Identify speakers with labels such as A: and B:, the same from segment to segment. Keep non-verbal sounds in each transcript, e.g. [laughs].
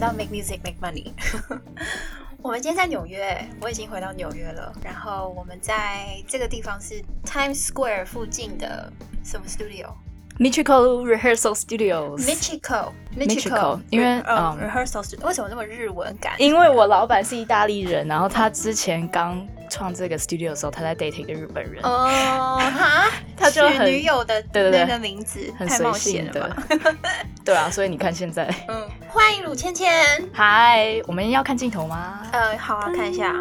A: 到 Make Music Make Money。我们今天在纽约，我已经回到纽约了。然后我们在这个地方是 Times Square 附近的什么 studio？Michiko
B: Michiko Rehearsal Studios。
A: Michiko，
B: Michiko，因为
A: 呃
B: 嗯
A: rehearsal studio 为什么那么日文感？
B: 因为我老板是意大利人，然后他之前刚创这个 studio 的时候，他在 date 一个日本人，
A: 哦哈，
B: 他就
A: 取
B: 很
A: 女友的
B: 对对对
A: 那个名字
B: 很
A: 太
B: 随
A: 冒险
B: 性
A: 了吧
B: 的。对啊，所以你看现在，
A: [laughs] 嗯，欢迎鲁芊芊。
B: 嗨，我们要看镜头吗？
A: 呃，好啊，看一
B: [laughs]
A: 下，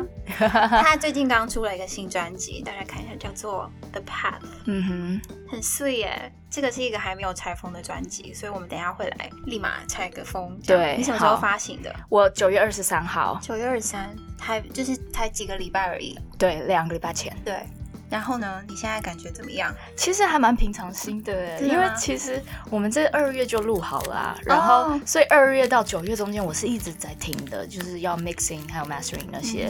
A: 他最近刚出了一个新专辑，大家看一下，叫做《The Path
B: 嗯》，
A: 很碎耶。这个是一个还没有拆封的专辑，所以我们等一下会来立马拆个封。这样
B: 对
A: 你什么时候
B: 好
A: 发行的
B: 哼？，我九月二十三号，
A: 九月二十三，才就是才几个礼拜而已。
B: 对，两个礼拜前，
A: 对，然后呢？你现在感觉怎么样？
B: 其实还蛮平常心的，
A: 真的
B: 因为
A: 吗
B: 其实我们这二月就录好了啊、然后、
A: 啊哦
B: 所以二月到九月中间我是一直在听的，就是要 mixing 还有 mastering 那些，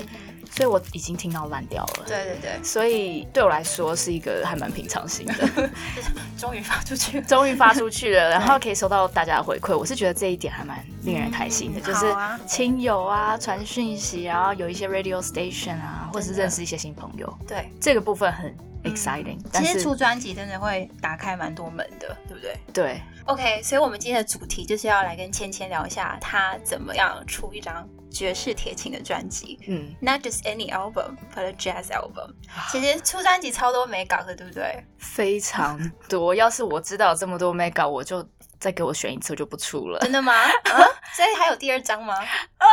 B: 所以我已经听到烂掉了。
A: 嗯对对对，
B: 所以对我来说是一个还蛮平常心的，
A: [laughs] 终于发出去了。
B: 终于发出
A: [laughs]
B: 去了，然后可以收到大家的回馈，我是觉得这一点还蛮令人开心的，
A: 嗯
B: 就是
A: 好啊
B: 亲友啊传讯息，然后有一些 radio station 啊，或是
A: 真的
B: 认识一些新朋友，
A: 对，
B: 这个部分很
A: 嗯
B: exciting，、
A: 其
B: 但
A: 实
B: 是
A: 出专辑真的会打开蛮多门的，对不对？
B: 对
A: OK，所以我们今天的主题就是要来跟芊芊聊一下，她怎么样出一张爵士铁琴的专辑
B: 嗯。
A: ，Not just any album, but a jazz album。其
B: 啊
A: 实出专辑超多没搞的，对不
B: [laughs]
A: 对？
B: 非常多。要是我知道有这么多 mega，我就再给我选一次，我就不出了。
A: 真
B: [laughs]
A: 的吗？啊，所以还有第二张吗？ [laughs]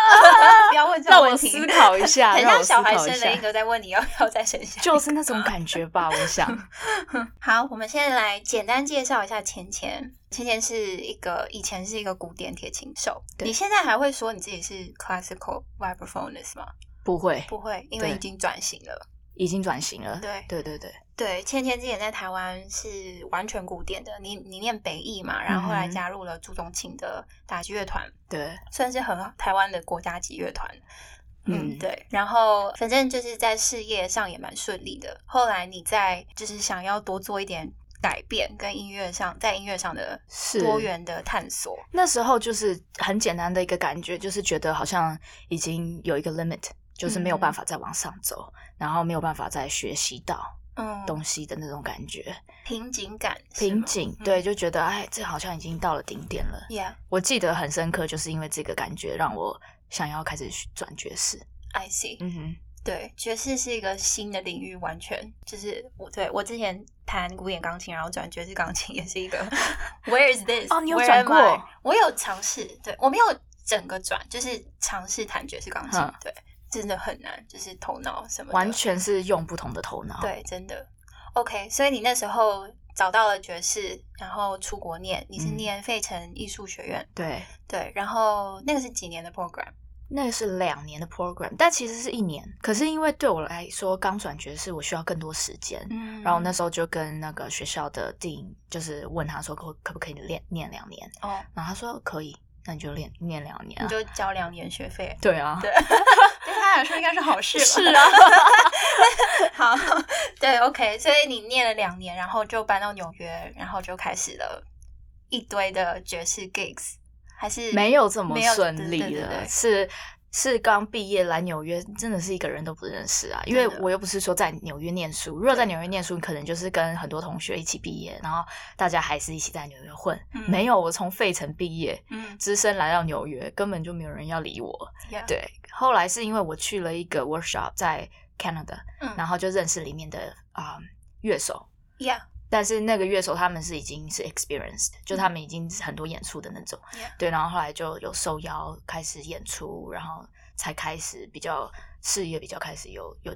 A: 不要问这
B: 啊让
A: 种
B: 我
A: 问题，
B: 思考一下，
A: [laughs] 很
B: 让
A: 像
B: 我思
A: 小孩
B: 考一
A: 生了一
B: 下，
A: 个在问你要不要再生下。
B: 就是那种感觉吧。我想，
A: [laughs] 好，我们现在来简单介绍一下芊芊。芊芊是一个以前是一个古典铁琴手，
B: 对
A: 你现在还会说你自己是 classical vibraphonist 吗？
B: 不会，
A: 不会，因为
B: 对
A: 已经转型了。
B: 已经转型了。
A: 对
B: 对对对，
A: 对，芊芊之前在台湾是完全古典的，你你念北艺嘛，然后后来
B: 嗯哼
A: 加入了朱宗庆的打击乐团，
B: 对
A: 算是很好台湾的国家级乐团。嗯，
B: 嗯
A: 对。然后反正就是在事业上也蛮顺利的。后来你在就是想要多做一点改变，跟音乐上在音乐上的
B: 是
A: 多元的探索。
B: 那时候就是很简单的一个感觉，就是觉得好像已经有一个 limit，就是没有办法再往上走，然后没有办法再学习到
A: 嗯，
B: 东西的那种感觉，
A: 瓶颈感是哦吗，
B: 瓶颈。对，就觉得哎，这好像已经到了顶点了。
A: ，Yeah，I
B: 我记得很深刻，就是因为这个感觉让我想要开始转爵士。
A: see。
B: 嗯哼，
A: 对，爵士是一个新的领域，完全就是我对我之前弹古典钢琴，然后转爵士钢琴，也是一个 [laughs] Where is this？
B: 哦你有
A: Where
B: 转
A: am
B: 过
A: I？我有尝试，对我没有整个转，就是尝试弹爵士钢琴
B: 哼，
A: 对，真的很难，就是头脑什么的
B: 完全是用不同的头脑。，
A: 对，真的 OK。所以你那时候找到了爵士，然后出国念，你是
B: 嗯
A: 念费城艺术学院，
B: 对，
A: 对，然后那个是几年的 program？
B: 那是两年的 program，但其实是一年。可是因为对我来说，刚转爵士我需要更多时间。
A: 嗯
B: 然后那时候就跟那个学校的电影，就是问他说可可不可以练念两年，
A: 哦，
B: 然后他说可以，那你就练念两年
A: 你
B: 啊。
A: 就交两年学费，
B: [laughs] 对啊，
A: 对对他来说应该是好事吧？
B: 是啊， [laughs]
A: 好， [laughs] 对，OK，所以你念了两年，然后就搬到纽约，然后就开始了一堆的爵士 gigs，还是
B: 没有这么
A: 没有
B: 顺
A: 对
B: 利
A: 对对对
B: 了，是是刚毕业来纽约，真的是一个人都不认识啊。因为
A: 真的
B: 我又不是说在纽约念书，如果在纽约念书，你可能就是跟很多同学一起毕业，然后大家还是一起在纽约混。
A: 嗯
B: 没有，我从费城毕业，
A: 嗯
B: 只身来到纽约，根本就没有人要理我。
A: ，yeah,
B: 对，后来是因为我去了一个 workshop 在 Canada，
A: 嗯，
B: 然后就认识里面的啊、乐手。 [laughs]
A: yeah，
B: 但是那个乐手他们是已经是 experienced，就他们已经是很多演出的那种
A: 嗯 Yeah.
B: 对，然后后来就有受邀开始演出，然后才开始比较事业比较开始有有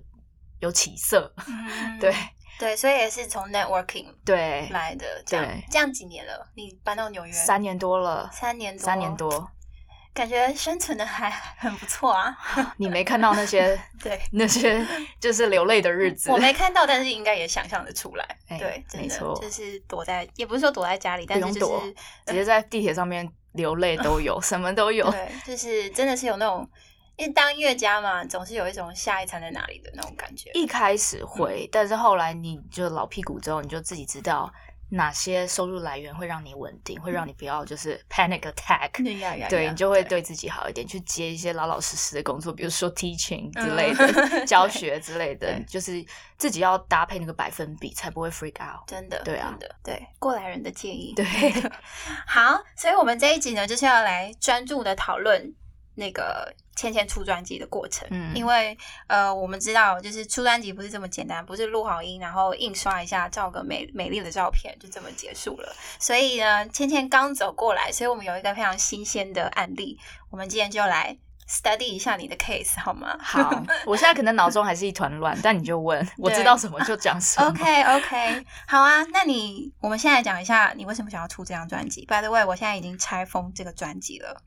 B: 有起色，
A: 嗯
B: 对
A: 对，所以也是从 networking
B: 对，
A: 来的，这样
B: 对
A: 这样几年了，你搬到纽约
B: 三年多了，
A: 三年多
B: 三年，多，
A: 感觉生存的还 [laughs] 很不错啊，
B: 你没看到那
A: [laughs]
B: 些
A: 对。
B: 那些就是流泪的日子
A: 我，没看到，但是应该也想象得出来。
B: 哎
A: 对，真
B: 没
A: 的
B: 错
A: 就是躲在，也不是说躲在家里，但是
B: 用
A: 就
B: 躲
A: 是
B: 直接在地铁上面流泪都有，什么
A: [laughs]
B: 都有，
A: 对，就是真的是有那种，因为当音乐家嘛，总是有一种下一餐在哪里的那种感觉。
B: 一开始会，但是后来你就老屁股之后，你就自己知道哪些收入来源会让你稳定，会让你不要就是 panic attack，
A: 嗯对啊呀呀，
B: [laughs] 对
A: 呀
B: 你就会对自己好一点，去接一些老老实实的工作，比如说 teaching 之类的、
A: 嗯 [laughs]
B: [laughs] 教学之类的
A: 对，
B: 就是自己要搭配那个百分比，才不会 freak
A: [laughs]
B: out。
A: 真的，
B: 对啊
A: 真的，对，过来人的建议，
B: 对，
A: 好，所以我们这一集呢，就是要来专注的讨论那个芊芊出专辑的过程，
B: 嗯 [laughs]
A: 因为呃，我们知道就是出专辑不是这么简单，不是录好音然后印刷一下，照个美美丽的照片就这么结束了。所以呢，芊芊刚走过来，所以我们有一个非常新鲜的案例，我们今天就来 study 一下你的 case 好吗？
B: 好，我现在可能脑中还是一团乱，但你
A: [laughs]
B: 就问，我知道什么就讲什么。
A: OK OK，好啊，那你我们现在讲一下你为什么想要出这张专辑。By the way，我现在已经拆封这个专辑了，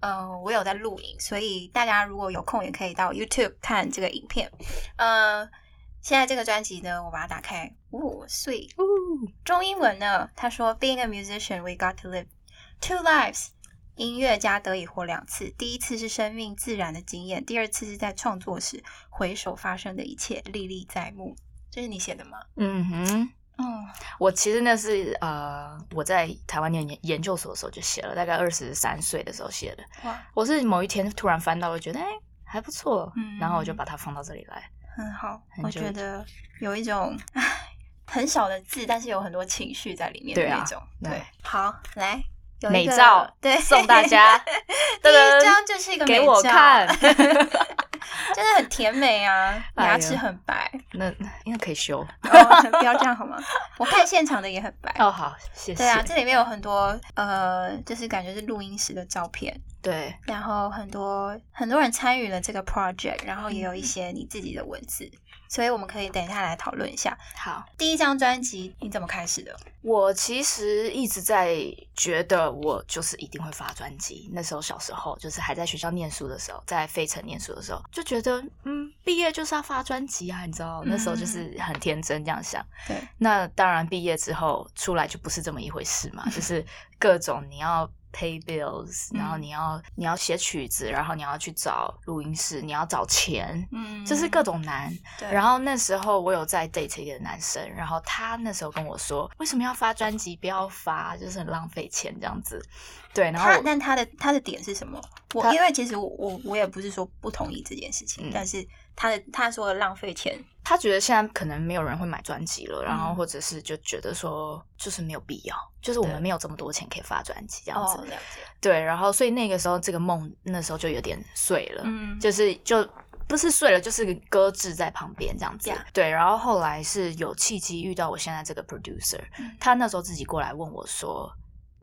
A: 呃，我有在录影，所以大家如果有空也可以到 YouTube 看这个影片。呃，现在这个专辑呢，我把它打开，哦，所以
B: 呜
A: 中英文呢，他说 Being a musician, we got to live two lives. 音乐家得以活两次，第一次是生命自然的经验，第二次是在创作时回首发生的一切，历历在目。这是你写的吗？
B: 嗯哼。
A: 哦，
B: 我其实那是呃，我在台湾念研研究所的时候就写了，大概二十三岁的时候写的。
A: 哇，
B: 我是某一天突然翻到，我觉得哎、还不错，
A: 嗯
B: 然后我就把它放到这里
A: [laughs]
B: 来。
A: 很好，
B: 很
A: 我
B: 久
A: 觉得有一种唉，很少的字，但是有很多情绪在里面的
B: 对啊
A: 那种。
B: 对
A: 对，好，来有一
B: 美
A: 个
B: 照
A: 对
B: 送大家
A: 第
B: 噔噔
A: 一张就是一个
B: 给
A: 美
B: 我
A: 照
B: 看
A: [laughs] 真的很甜美啊，
B: [laughs] 哎呦
A: 牙齿很
B: [laughs]
A: 白，
B: 那应该可以修
A: 哦不要这样好吗？我看现场的也很白。
B: 哦，好，谢谢。
A: 对啊，这里面有很多呃，就是感觉是录音时的照片，
B: 对
A: 然后很多很多人参与了这个 project，然后也
B: 嗯
A: 有一些你自己的文字，所以我们可以等一下来讨论一下。
B: 好。
A: 第一张专辑你怎么开始的？
B: 我其实一直在觉得我就是一定会发专辑。那时候小时候，就是还在学校念书的时候，在费城念书的时候，就觉得嗯，毕业就是要发专辑啊，你知道，
A: 嗯
B: 那时候就是很天真这样想。
A: 对，
B: 那当然，毕业之后出来就不是这么一回事嘛，
A: [laughs]
B: 就是各种你要 pay bills，
A: 嗯
B: 然后你要你要写曲子，然后你要去找录音室，你要找钱，
A: 嗯
B: 就是各种难。
A: 对，
B: 然
A: 后
B: 后那时候我有在 date 一个男生，然后他那时候跟我说，为什么要发专辑，不要发，就是很浪费钱这样子。对，然后
A: 他
B: 我
A: 但他的他的点是什么？我
B: 他
A: 因为其实我我我也不是说不同意这件事情，
B: 嗯
A: 但是他的他说的浪费钱，
B: 他觉得现在可能没有人会买专辑了，然后
A: 嗯
B: 或者是就觉得说就是没有必要，就是我
A: 对
B: 们没有这么多钱可以发专辑这样
A: 哦
B: 子。，
A: 了解，
B: 对，然后所以那个时候这个梦那时候就有点碎了，
A: 嗯
B: 就是就不是碎了，就是搁置在旁边这样子。
A: Yeah
B: 对，然后后来是有契机遇到我现在这个 producer，、
A: 嗯
B: 他那时候自己过来问我说：“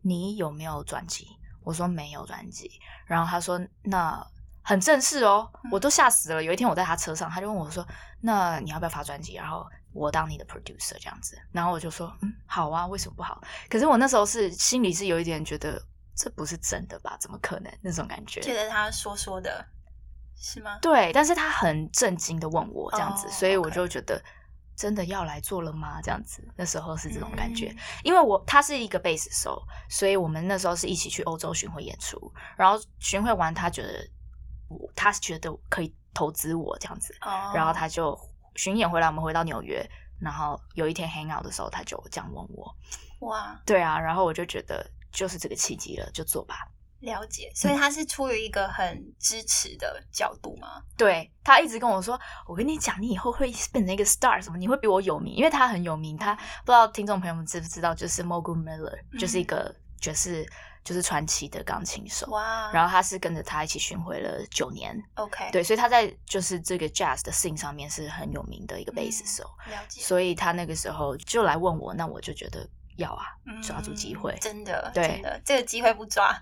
B: 你有没有专辑？”我说：“没有专辑。”然后他说：“那。”很正式哦，我
A: 嗯
B: 都吓死了。有一天我在他车上，他就问我说：“那你要不要发专辑？”然后我当你的 producer 这样子。然后我就说：“嗯，好啊，为什么不好？”可是我那时候是心里是有一点觉得这不是真的吧？怎么可能那种感觉？
A: 觉得他说说的是吗？
B: 对，但是他很震惊的问我这样子
A: 哦
B: 所以我
A: OK
B: 就觉得真的要来做了吗？这样子，那时候是这种感觉，
A: 嗯
B: 因为我他是一个贝斯手，所以我们那时候是一起去欧洲巡回演出，然后巡回完他觉得我他觉得可以投资我这样子，
A: 哦，
B: 然后他就巡演回来，我们回到纽约，然后有一天 hang out 的时候，他就这样问我，
A: 哦哇，
B: 对啊，然后我就觉得就是这个契机了，就做吧。
A: 了解，
B: 嗯
A: 所以他是出于一个很支持的角度吗？
B: 对他一直跟我说，我跟你讲，你以后会变成一个 star，什么你会比我有名，因为他很有名。他不知道听众朋友们知不知道，就是 Mogu Miller，、
A: 嗯
B: 就是一个爵士，就是传奇的钢琴手。
A: 哇，
B: 然
A: 后
B: 后他是跟着他一起巡回了九年，
A: OK，，
B: 对，所以他在就是这个 jazz 的 sing 上面是很有名的
A: 嗯
B: 一个贝斯手，
A: 了解，
B: 所以他那个时候就来问我，那我就觉得要啊，抓住机会
A: 嗯真的，
B: 对
A: 真的，这个机会不抓，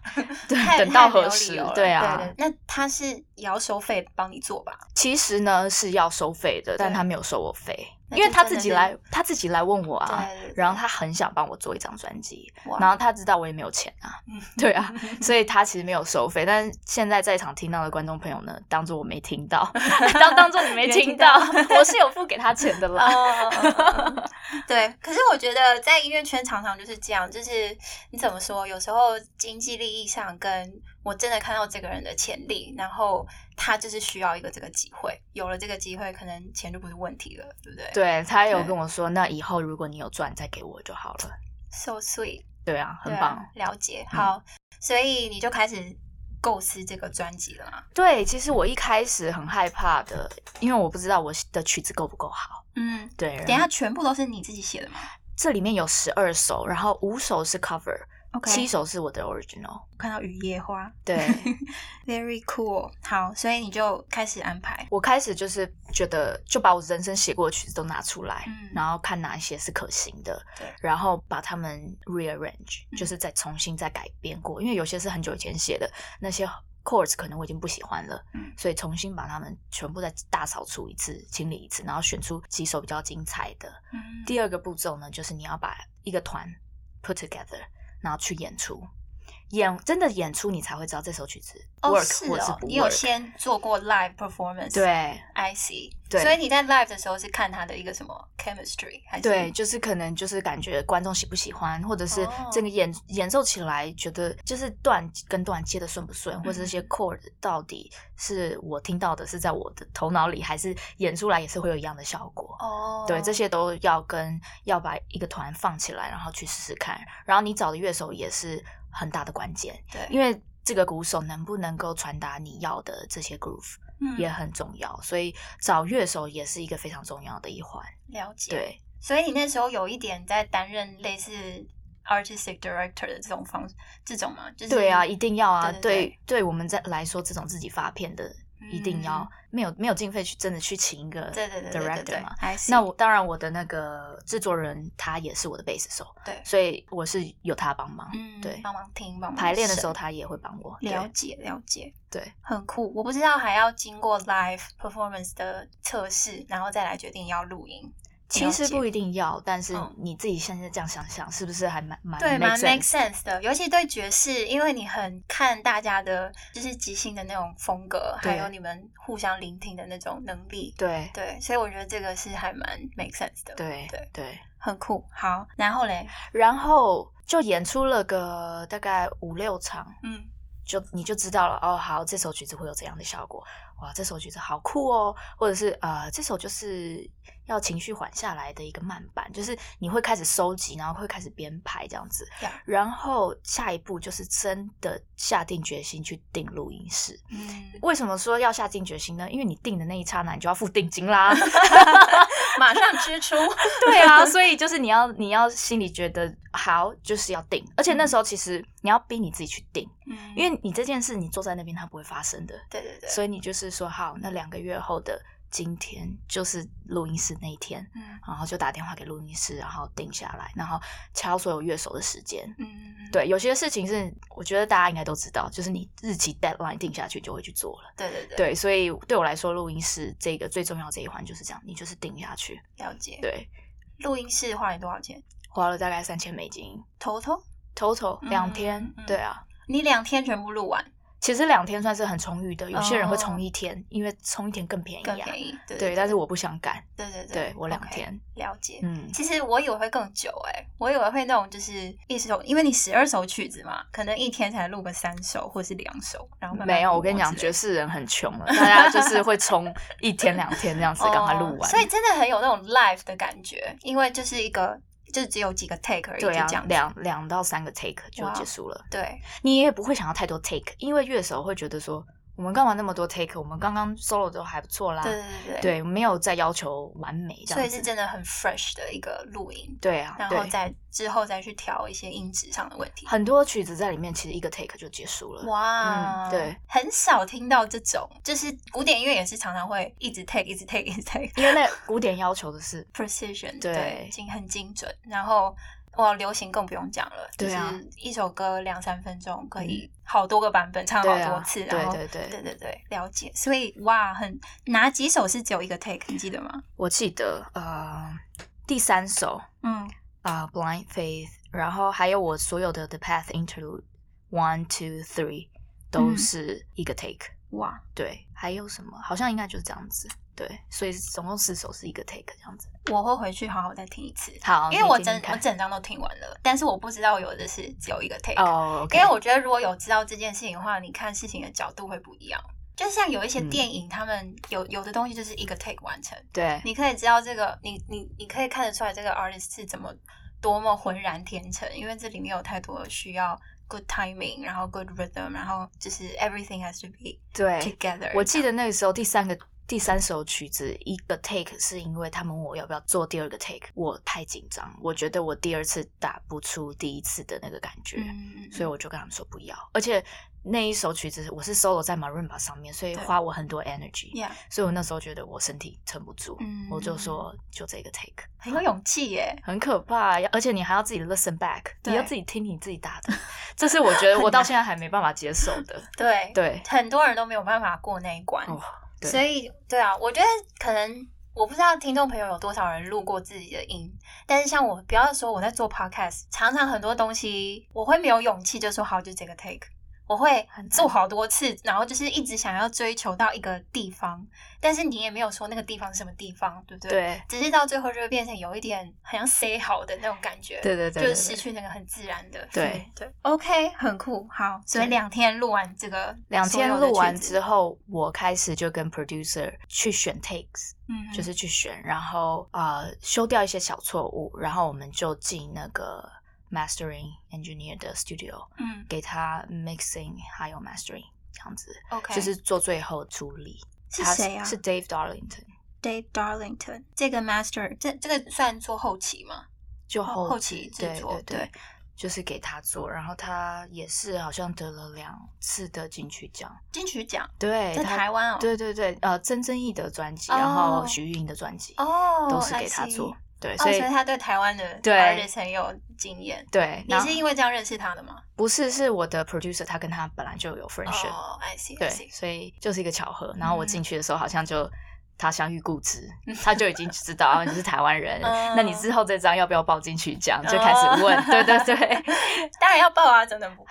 B: 对
A: 太
B: 等到
A: 太没有
B: 何时
A: 理由了
B: 对啊
A: 对对，那他是也要收费帮你做吧？
B: 其实呢是要收费的，但
A: 对
B: 他没有收我费，
A: 那
B: 因为
A: 就
B: 他
A: 真
B: 自
A: 的
B: 己
A: 是
B: 来，他自己来问我啊，
A: 对对对
B: 然后他很想帮我做一张专辑，
A: 哇嗯
B: 然后他知道我也没有钱啊，
A: [laughs]
B: 对啊，所以他其实没有收费。但是现在在场听到的观众朋友呢，当做我没听到， [laughs] 当当做你
A: 没
B: 没听
A: 听
B: 到，
A: 到
B: 我是有付给他钱的
A: [laughs]
B: 啦。
A: 哦，嗯嗯嗯嗯对。可是我觉得在音乐圈常常就是这样，就是你怎么说，有时候经济利益上跟我真的看到这个人的潜力，然后他就是需要一个这个机会，有了这个机会，可能钱就不是问题了，对不对？
B: 对他有
A: 对
B: 跟我说，那以后如果你有赚，再给我就好了。
A: ，so sweet，
B: 对啊，很
A: 对啊
B: 棒。
A: 了解。好，所以你就开始构思这个专辑了吗？
B: 对，其实我一开始很害怕的，因为我不知道我的曲子够不够好。
A: 嗯，
B: 对，
A: 等一下全部都是你自己写的吗
B: 这里面有十二首，然后五首是 cover，
A: ？OK，
B: 七首是我的 original。
A: 我看到雨夜花
B: 对
A: ，very cool。好，所以你就开始安排。
B: 我开始就是觉得，就把我人生写过的曲子都拿出来，
A: 嗯
B: 然后看哪一些是可行的
A: 对，
B: 然后把它们 rearrange，
A: 嗯
B: 就是再重新再改编过，因为有些是很久以前写的，那些 chords 可能我已经不喜欢了，
A: 嗯
B: 所以重新把它们全部再大扫除一次，清理一次，然后选出几首比较精彩的，
A: 嗯，
B: 第二个步骤呢，就是你要把一个团 put together，然后去演出，演真的演出，你才会知道这首曲子 work、
A: 哦
B: 或
A: 是
B: 是
A: 哦，
B: 不
A: 你有
B: work。
A: 先做过 live performance？
B: 对
A: ，I see。
B: 对
A: 所以你在 live 的时候是看他的一个什么 chemistry 还是？
B: 对，就是可能就是感觉观众喜不喜欢，或者是
A: 哦
B: 这个演、演奏起来觉得就是段跟段接的顺不顺，
A: 嗯
B: 或者这些 chord 到底是我听到的是在我的头脑里，还是演出来也是会有一样的效果。
A: 哦，
B: 对，这些都要跟要把一个团放起来，然后去试试看。然后你找的乐手也是很大的关键，
A: 对，
B: 因为这个鼓手能不能够传达你要的这些 groove
A: 嗯
B: 也很重要，所以找乐手也是一个非常重要的一环。
A: 了解。，
B: 对，
A: 所以你那时候有一点在担任类似 artistic director 的这种方这种嘛，就是
B: 对啊，一定要啊，
A: 嗯对
B: 对
A: 对
B: 对我们在来说，这种自己发片的一定要、
A: 嗯
B: 没有没有经费去真的去请一个
A: 对对对对对
B: director
A: 对
B: 嘛。
A: ，I see。
B: 那我当然我的那个制作人他也是我的贝斯手，
A: 对
B: 所以我是有他帮忙。
A: 嗯，
B: 对
A: 帮忙听，帮忙
B: 排练的
A: 审
B: 时候他也会帮我。
A: 了
B: 对
A: 解了解，
B: 对，
A: 很酷。我不知道还要经过 live performance 的测试，然后再来决定要录音。
B: 其实
A: 了解
B: 不一定要，但是
A: 嗯
B: 你自己现在这样想想，是不是还蛮蛮
A: 对，
B: 啊 make
A: 蛮 make
B: sense？
A: sense 的，尤其对爵士，因为你很看大家的，就是即兴的那种风格，还
B: 对
A: 有你们互相聆听的那种能力，
B: 对
A: 对，所以我觉得这个是还蛮 make sense 的，，
B: 对
A: 对
B: 对，
A: 很酷。好，然后嘞，
B: 然后就演出了个大概五六场，
A: 嗯，
B: 就你就知道了哦。好，这首曲子会有怎样的效果？哇，这首曲子好酷哦，或者是呃，这首就是要情绪缓下来的一个慢板，就是你会开始收集，然后会开始编排这样子。
A: 呀
B: 然后下一步就是真的下定决心去订录音室。 [laughs]
A: 嗯，
B: 为什么说要下定决心呢？因为你定的那一刹那，你就要付定金啦。
A: 马上支
B: [laughs]
A: 出，
B: 对啊，所以就是你要你要心里觉得好，就是要定。而且那时候其实你要逼你自己去定，
A: 嗯，
B: 因为你这件事你坐在那边它不会发生的，
A: 对对对，
B: 所以你就是说好，那两个月后的今天就是录音室那一天。
A: 嗯
B: 然后就打电话给录音室，然后定下来，然后敲所有乐手的时间。
A: 嗯，
B: 对，有些事情是我觉得大家应该都知道，就是你日期 deadline 定下去就会去做了。
A: 对对对，
B: 对，所以对我来说，录音室这个最重要这一环就是这样，你就是定下去。
A: 了解。
B: 对，
A: 录音室花你多少钱？
B: 花了大概三千美金
A: 头头，
B: ，total 两
A: 嗯
B: 天。
A: 嗯
B: 对啊，
A: 你两天全部录完
B: 其实两天算是很充裕的，有些人会
A: 哦
B: 充一天，因为充一天更便宜
A: 更
B: 啊。
A: 便宜，对
B: 对，
A: 对
B: 但是我不想赶，
A: 对对
B: 对我两
A: OK，
B: 天。
A: 了解。
B: 嗯，
A: 其实我以为会更久哎、我以为会那种就是一首，因为你十二首曲子嘛，可能一天才录个三首或是两首，然后慢慢
B: 没有，
A: 磨
B: 我跟你讲，
A: 之类
B: 爵
A: 的
B: 士人很穷
A: [laughs]
B: 了，大家就是会冲一天两天这样子，赶快录
A: 哦
B: 完。
A: 所以真的很有那种 live 的感觉，因为就是一个就只有几个 take 而已，
B: 对
A: 就
B: 啊
A: 这样，子
B: 两两到三个 take 就
A: 哇哦
B: 结束了。
A: 对
B: 你也不会想要太多 take，因为乐手会觉得说，我们干嘛那么多 take？我们刚刚 solo 都还不错啦。
A: 对对对
B: 对，没有再要求完美啊这
A: 所
B: 样
A: 以是
B: 子。
A: 真的很 fresh 的一个录音，
B: 对啊，
A: 然后
B: 对，
A: 再之后再去调一些音质上的问题。
B: 很多曲子在里面其实一个 take 就结束了。
A: 哇、
B: 嗯对，
A: 很少听到这种，就是古典音乐也是常常会一直 take，一直 take，一直 take， [laughs]
B: 因为那古典要求的是
A: precision，
B: 对
A: 精很精准。然后哇，流行更不用讲了，
B: 对啊
A: 就是一首歌两三分钟可以好多个版本唱好
B: 对啊
A: 多次，
B: 对
A: 然后
B: 对对
A: 对对对，了解。所以哇，很哪几首是只有一个
B: [laughs]
A: take，你记得吗？
B: 我记得呃第三首
A: 嗯，
B: 啊、呃 Blind Faith，然后还有我所有的 The Path Interlude One Two Three 都
A: 嗯
B: 是一个 take、
A: 哇，
B: 对，还有什么？好像应该就是这样子。对，所以总共四首是一个 take 这样子。
A: 我会回去好好再听一次，
B: 好，
A: 因为我
B: 你听
A: 整
B: 听
A: 我
B: 看
A: 整张都听完了，但是我不知道有的是只有一个 take，、
B: 哦，OK，
A: 因为我觉得如果有知道这件事情的话，你看事情的角度会不一样。就像有一些
B: 嗯
A: 电影，他们有有的东西就是一个 take 完成，
B: 对
A: 你可以知道这个，你你你可以看得出来这个 artist 是怎么多么浑然天成，因为这里面有太多需要 good timing，然后 good rhythm，然后就是 everything has to be
B: 对，
A: together。
B: 我记得那个时候第三个第三首曲子一个 take 是因为他们问我要不要做第二个 take，我太紧张，我觉得我第二次打不出第一次的那个感觉，
A: 这样，嗯，
B: 所以我就跟他们说不要。而且那一首曲子我是 solo 在 marimba 上面，所以
A: 对
B: 花我很多 energy，
A: yeah，
B: 所以我那时候觉得我身体撑不住，
A: 嗯
B: 我就说就这个 take，
A: 很有勇气耶。
B: 很可怕，要而且你还要自己 listen back，
A: 对
B: 你要自己听你自己打
A: [laughs]
B: 的，这是我觉得我到现在还没办法接受的。
A: 对，
B: 对，
A: 很多人都没有办法过那一关，
B: 哦对
A: 所以对啊，我觉得可能我不知道听众朋友有多少人录过自己的音，但是像我，不要说我在做 podcast，常常很多东西我会没有勇气就说好就这个 take，我会
B: 很难
A: 做好多次，然后就是一直想要追求到一个地方，但是你也没有说那个地方是什么地方，对不对？
B: 对，
A: 只是到最后就会变成有一点好像 say 好的那种感觉，
B: 对对对对
A: 就
B: 对
A: 是失去那个很自然的。嗯
B: 对
A: 对，OK，很酷。好，所以
B: 对
A: 两天录完这个，
B: 两天录完之
A: 后，
B: 后，我开始就跟 producer 去选 takes，、
A: 嗯，
B: 就是去选，然后呃修掉一些小错误，然后我们就进那个 mastering engineer 的 studio，
A: 嗯
B: 给他 mixing 还有 mastering 这样子，
A: ，OK，
B: 就是做最后处理。
A: 是
B: 他
A: 谁啊？
B: 是 Dave Darlington，
A: Dave Darlington 这个 master，这这个算做后期吗？
B: 就后
A: 哦后期制
B: 对
A: 作
B: 对对，就是给他做，然后他也是好像得了两次的金曲奖，
A: 金曲奖
B: 对，
A: 在
B: 他
A: 台湾哦，
B: 对对对，呃，曾曾毅的专辑，
A: 哦
B: 然后徐玉莹的专辑，
A: 哦，
B: 都是给他做
A: I see，，
B: 对，
A: 哦，所
B: 所
A: 以
B: 以
A: 他对台湾的
B: 对
A: artist 很有经验。
B: 对，
A: 你
B: 那
A: 是因为这样认识他的吗？
B: 不是是我的 producer，他跟他本来就有 friendship，
A: 哦，I see，
B: 对
A: I，see
B: 所以就是一个巧合。然后我
A: 嗯
B: 进去的时候好像就。他相遇故知，他就已经知道啊你是台湾人，
A: 嗯
B: 那你之后这张要不要报金曲奖？就开始问，
A: 哦 [laughs]
B: 对对对，
A: 当然要报啊，真的
B: [laughs]
A: 不报。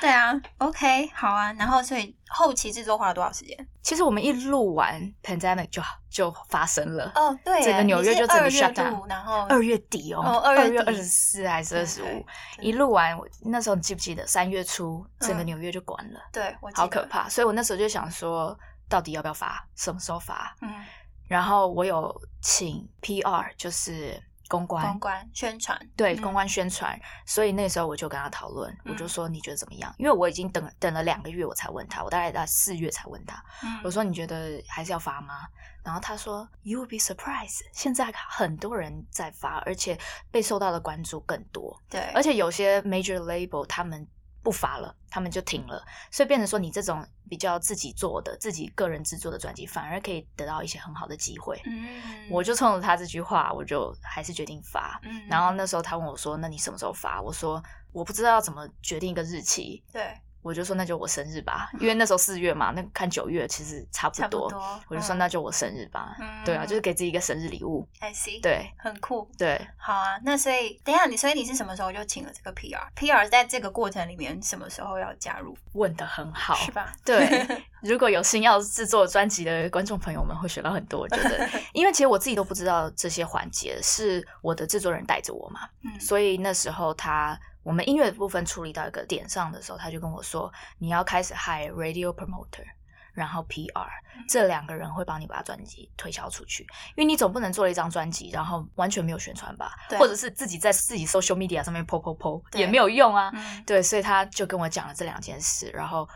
A: 对啊，OK，好啊。然后所以后期制作花了多少时间？
B: 其实我们一录完 pandemic 就就发生了，
A: 哦，对耶，
B: 整个纽约就整个
A: 你是
B: shut
A: 二月
B: down
A: 度，然后
B: 二月底哦，
A: 哦
B: 二
A: 二月底
B: 二十四还是二十
A: 对
B: 五
A: 对，
B: 一录完我那时候你记不记得三月初整个
A: 嗯
B: 纽约就关了，
A: 对，我记得
B: 好可。怕。所以我那时候就想说，到底要不要罚，什么时候罚？
A: 嗯，
B: 然后我有请 PR，就是公关，
A: 公关宣传，
B: 对
A: 嗯
B: 公关宣传。所以那时候我就跟他讨论，我就
A: 嗯
B: 说你觉得怎么样？因为我已经等等了两个月，我才问他，我大概在四月才问他，
A: 嗯
B: 我说你觉得还是要罚吗？然后他说 You will be surprised，现在很多人在罚，而且被受到的关注更多，
A: 对，
B: 而且有些 major label 他们不罚了，他们就停了，所以变成说你这种比较自己做的、自己个人制作的专辑，反而可以得到一些很好的机会。
A: 嗯，
B: 我就冲着他这句话，我就还是决定罚。
A: 嗯，
B: 然后那时候他问我说：“那你什么时候罚？”我说：“我不知道要怎么决定一个日期。”
A: 对，
B: 我就说：“那就我生日 [laughs] 吧，因为那时候四月嘛，那看九月其实差不
A: 差不
B: 多。
A: 多。
B: 我就说
A: 嗯
B: 那就我生日吧，
A: 嗯
B: 对啊，就是给自己一个生日礼物，
A: I see，，
B: 对
A: 很酷。
B: 对，
A: 好啊，那所以等一下你，所以你是什么时候就请了这个 PR？PR 在这个过程里面什么时候要加入？
B: 问的很好，
A: 是吧？
B: 对， [laughs] 如果有心要制作专辑的观众朋友们会学到很多，我觉得，因为其实我自己都不知道这些环节是我的制作人带着我嘛，
A: 嗯
B: 所以那时候他我们音乐的部分处理到一个点上的时候，他就跟我说你要开始 hire radio promoter。然后 PR
A: 嗯
B: 这两个人会帮你把专辑推销出去，因为你总不能做了一张专辑，然后完全没有宣传吧，
A: 对
B: 或者是自己在自己 social media 上面 po po po
A: 对
B: 也没有用啊。 [laughs]
A: 嗯，
B: 对，所以他就跟我讲了这两件事，然后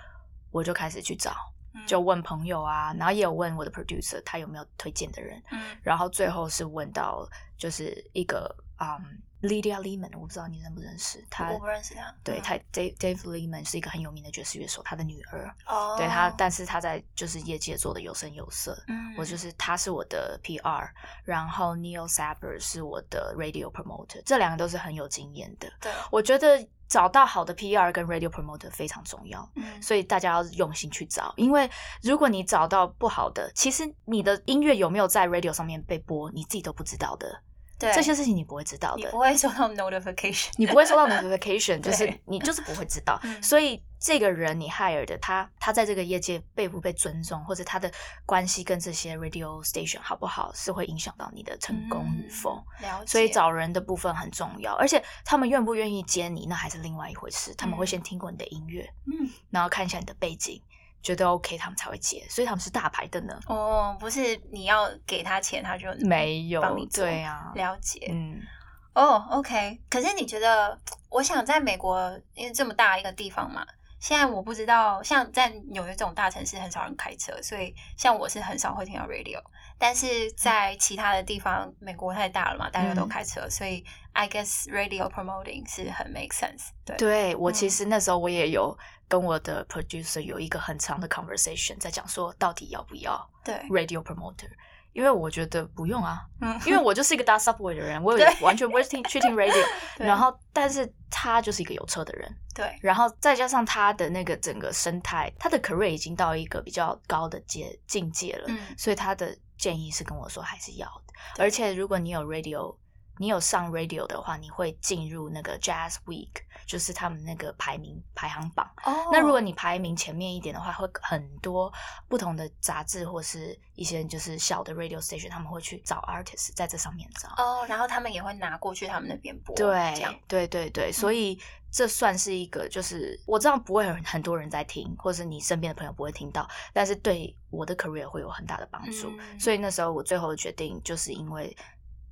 B: 我就开始去找，
A: 嗯
B: 就问朋友啊，然后也有问我的 producer 他有没有推荐的人，
A: 嗯
B: 然后最后是问到就是一个嗯 Lydia Lehman，我不知道你认不认识他
A: 我。不认识他。
B: 对
A: 嗯
B: 他，Dave Dave Lehman 是一个很有名的爵士乐手，他的女儿，
A: 哦，
B: 对他，但是他在就是业界做的有声有色。
A: 嗯，
B: 我就是他是我的 PR，然后 Neil Saber 是我的 radio promoter，这两个都是很有经验的。
A: 对，
B: 我觉得找到好的 PR 跟 radio promoter 非常重要，
A: 嗯，
B: 所以大家要用心去找。因为如果你找到不好的，其实你的音乐有没有在 radio 上面被播，你自己都不知道的，
A: 对
B: 这些事情你不会知道
A: 你
B: 的
A: 不。会收到 notification，
B: 你不会收
A: [laughs]
B: 到 notification，就是
A: 对
B: 你就是不会知道，
A: 嗯
B: 所以这个人你 hire 的他，他在这个业界被不被尊重，或者他的关系跟这些 radio station 好不好，是会影响到你的成功与否。
A: 嗯了解，
B: 所以找人的部分很重要，而且他们愿不愿意接你，那还是另外一回事。他们会先听过你的音乐，
A: 嗯
B: 然后看一下你的背景，觉得 OK，他们才会接。所以他们是大牌的呢？
A: 哦，不是你要给他钱，他就
B: 没有
A: 帮你，做
B: 对啊，
A: 了解。
B: 嗯，
A: 哦、o k 可是你觉得，我想在美国，因为这么大一个地方嘛，现在我不知道，像在纽约这种大城市，很少人开车，所以像我是很少会听到 radio。但是在其他的地方，美国太大了嘛，大家都开车，所以 I guess radio promoting 是很 make sense 对。
B: 对我其
A: 嗯
B: 实那时候我也有跟我的 producer 有一个很长的 conversation，在讲说到底要不要
A: 对
B: radio promoter，因为我觉得不用啊，
A: 嗯，
B: 因为我就是一个搭 subway 的人，我
A: [laughs]
B: 也
A: 对
B: 完全不会听去听 radio，
A: [laughs] 对
B: 然后但是他就是一个有车的人，
A: 对
B: 然后再加上他的那个整个生态，他的 career 已经到一个比较高的阶境界了，
A: 嗯
B: 所以他的建议是跟我说还是要的。
A: 对
B: 而且如果你有 radio，你有上 radio 的话，你会进入那个 Jazz Week，就是他们那个排名排行榜。
A: 哦
B: 那如果你排名前面一点的话，会很多不同的杂志或是一些就是小的 radio station，他们会去找 artist 在这上面找。
A: 哦，然后他们也会拿过去他们那边播，这样嗯
B: 对，对对对，所以这算是一个，就是我知道不会很很多人在听，或者是你身边的朋友不会听到，但是对我的 career 会有很大的帮助。
A: 嗯
B: 所以那时候我最后的决定，就是因为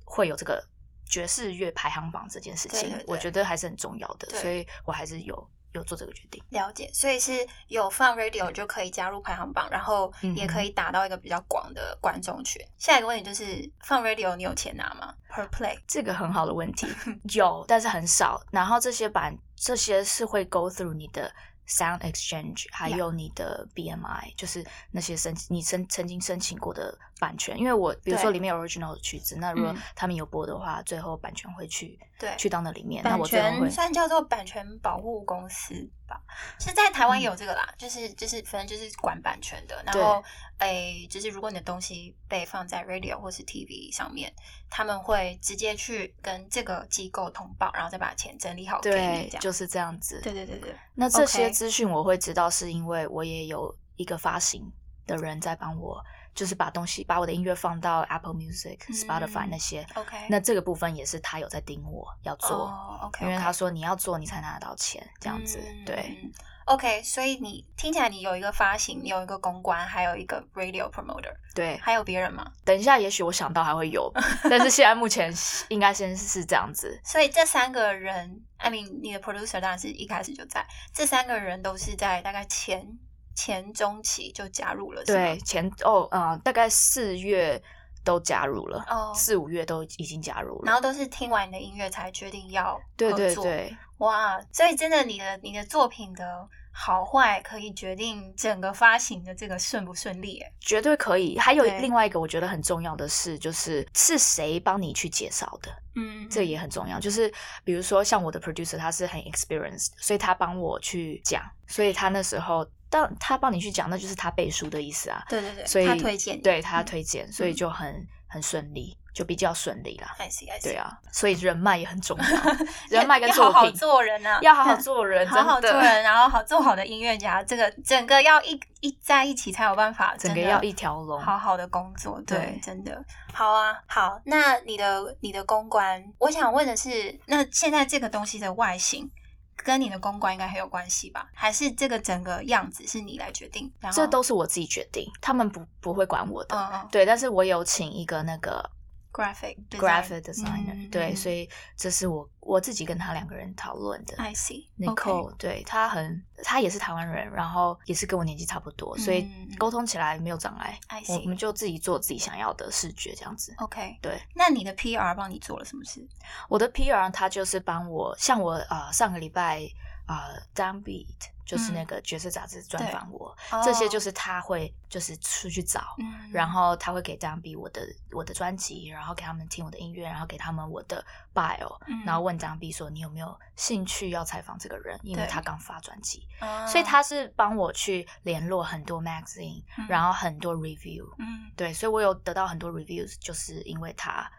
B: 会有这个爵士乐排行榜这件事
A: 对
B: 情，
A: 对
B: 我
A: 对
B: 觉得还是很重要的，
A: 对
B: 所以我还是有有做这个决定。
A: 了解，所以是有放 radio 就可以加入排行榜，然后
B: 嗯
A: 也可以打到一个比较广的观众群。下一个问题就是放 radio 你有钱拿吗？Per play？
B: 这个很好的问题，有，但是很少。然后这些版这些是会 go through 你的 Sound Exchange，还
A: Yeah.
B: 有你的 BMI，就是那些申你申曾经申请过的版权。因为我比如说
A: 对
B: 里面有 original 的曲子，那如果
A: 嗯
B: 他们有播的话，最后版权会去
A: 对，
B: 去到那里面。那
A: 版
B: 我最后
A: 权
B: 会
A: 算叫做版权保护公司吧，是在台湾也有这个啦，就是就是反正就是管版权的。然
B: 嗯对
A: 后诶，就是如果你的东西被放在 radio 或是 TV 上面，他们会直接去跟这个机构通报，然后再把钱整理好给你
B: 对
A: 这，样。
B: 就是这样子。
A: 对对对对，
B: 那这些
A: OK
B: 资讯我会知道，是因为我也有一个发行的人在帮我，就是把东西把我的音乐放到 Apple Music、Spotify
A: 嗯
B: 那些。
A: ，OK。
B: 那这个部分也是他有在盯我要做，
A: 哦，OK，
B: 因为
A: OK
B: 他说你要做，你才拿得到钱，这样子。
A: 嗯
B: 对，
A: 嗯，OK，所以你听起来你有一个发行，你有一个公关，还有一个 radio promoter，
B: 对，
A: 还有别人吗？
B: 等一下，也许我想到还会
A: [laughs]
B: 有，但是现在目前应该先是这样子。
A: 所以这三个人，I mean，你的 producer 当然是一开始就在，这三个人都是在大概前前中期就加入 [laughs] 了，是吗
B: 对，，前哦，嗯、大概四月都加入了，
A: 哦
B: 四五月都已经加入
A: 然后
B: 了。
A: 都是听完你的音乐才决定要合作，
B: 对对对，
A: 哇，所以真的你的你的作品的好坏可以决定整个发行的这个顺不顺利，哎
B: 绝对可以。还有
A: 对
B: 另外一个我觉得很重要的是，就是是谁帮你去介绍的。
A: 嗯，
B: 这也很重要。就是比如说像我的 producer，他是很 experienced，所以他帮我去讲，所以他那时候当他帮你去讲，那就是他背书的意思啊。
A: 对对对，
B: 所以
A: 他推荐你，
B: 对他
A: 嗯
B: 推荐，所以就很很顺利，就比较顺利啦。
A: I see I see，，
B: 对啊，所以人脉也很重要
A: [laughs]
B: 人脉跟
A: 要
B: 作
A: 好
B: 品
A: 好做人啊，
B: 要好好做人，
A: [laughs] 好好
B: 真
A: 做
B: 的
A: 人，然后好做好的音乐家，这个整个要一一在一起才有办法，
B: 整个
A: 真的
B: 要一条龙。
A: 好好的工作，对，
B: 对
A: 真的好啊，好。那你的你的公关，我想问的是，那现在这个东西的外形。跟你的公关应该很有关系吧？还是这个整个样子是你来决定？然后
B: 这都是我自己决定，他们不不会管我的。
A: 嗯嗯
B: 对，但是我有请一个那个
A: graphic 嗯
B: graphic designer，、对，所
A: 以
B: 以这是我我自己跟他两个人讨论的。
A: I see
B: Nicole，、对他很，他也是台湾人，然后也是跟我年纪差不多，所以
A: 嗯
B: 沟通起来没有障碍。
A: I
B: 我们
A: see
B: 就自己做自己想要的视觉这样子。
A: OK。
B: 对，
A: 那你的 PR 帮你做了什么事？
B: 我的 PR 他就是帮我，像我呃上个礼拜呃 Downbeat 就是
A: 嗯
B: 那个角色杂志专访我，
A: 哦
B: 这些就是他会就是出去找，
A: 嗯
B: 然后他会给 Downbeat 我的我的专辑，然后给他们听我的音乐，然后给他们我的 bio，、
A: 嗯
B: 然后问 Downbeat 说你有没有兴趣要采访这个人，因为
A: 对
B: 他刚发专辑。
A: 哦
B: 所以他是帮我去联络很多 magazine，、
A: 嗯
B: 然后很多 review，
A: 嗯
B: 对，所以我有得到很多 reviews，就是因为他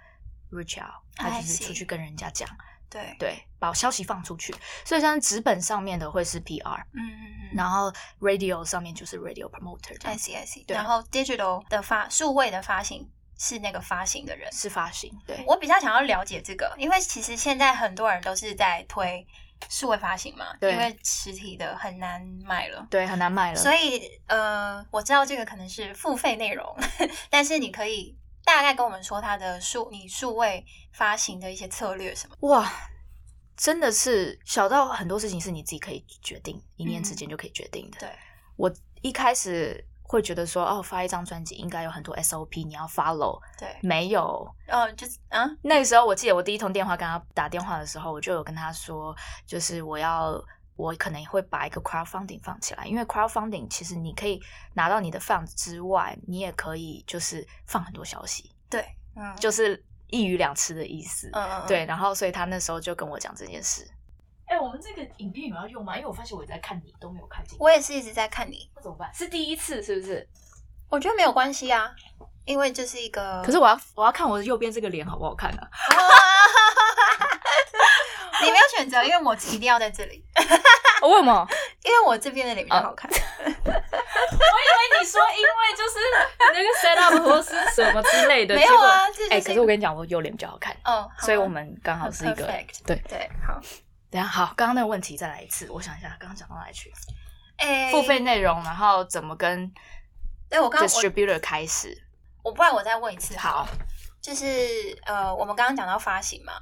B: reach out，他
A: I
B: 就是出
A: see
B: 去跟人家讲，
A: 对，
B: 对，把消息放出去。所以像是纸本上面的会是 PR，
A: 嗯嗯嗯。
B: 然后 radio 上面就是 radio promoter，这
A: I
B: 样子
A: see I see。
B: 对
A: 然后 digital 的发数位的发行是那个发行的人。
B: 是发行，对，
A: 我比较想要了解这个，因为其实现在很多人都是在推数位发行嘛，
B: 对
A: 因为实体的很难卖了。
B: 对，很难卖了，
A: [laughs] 所以，呃，我知道这个可能是付费内容，但是你可以大概跟我们说他的数你数位发行的一些策略什么。
B: 哇，真的是小到很多事情是你自己可以决定，一念
A: 嗯
B: 之间就可以决定的。
A: 对，
B: 我一开始会觉得说，哦，发一张专辑应该有很多 SOP，你要 follow，
A: 对，
B: 没有，
A: 哦，就是嗯，
B: 那个时候，我记得我第一通电话跟他打电话的时候，我就有跟他说，就是我要，我可能会把一个 crowdfunding 放起来，因为 crowdfunding 其实你可以拿到你的 fund 之外，你也可以就是放很多消息，
A: 对，嗯，
B: 就是一鱼两吃的意思。
A: 嗯嗯，嗯
B: 对，，然后所以他那时候就跟我讲这件事。
C: 哎、我们这个影片有要用吗？因为我发现我在看你都没有看进，
A: 我也是一直在看你，
C: 那怎么办？
B: 是第一次是不是？
A: 我觉得没有关系啊，因为这是一个，
B: 可是我要我要看我右边这个脸好不好看啊？
A: 你没有选择，因为我一定要在这里，
B: [laughs] 哦为什 [laughs] 么？
A: 因为我这边的脸比
B: 哦
A: 较好看。
B: 因为你说因为就是那个 set up 或是什么之类 [laughs] 的
A: 没有啊这就是
B: 哎、可是我跟你讲，我右脸比较好看。
A: 哦，好啊
B: [laughs] 所以我们刚好是一个
A: 很 perfect
B: 对。
A: 对好，
B: 等一下好，刚刚那个问题再来一次，我想一下，刚刚讲到哪里去？
A: 哎，
B: 付费内容，然后怎么跟
A: 对我刚我
B: distributor 开始？
A: 我不然我再问一次
B: 好
A: 了，就是呃，我们刚刚讲到发行嘛，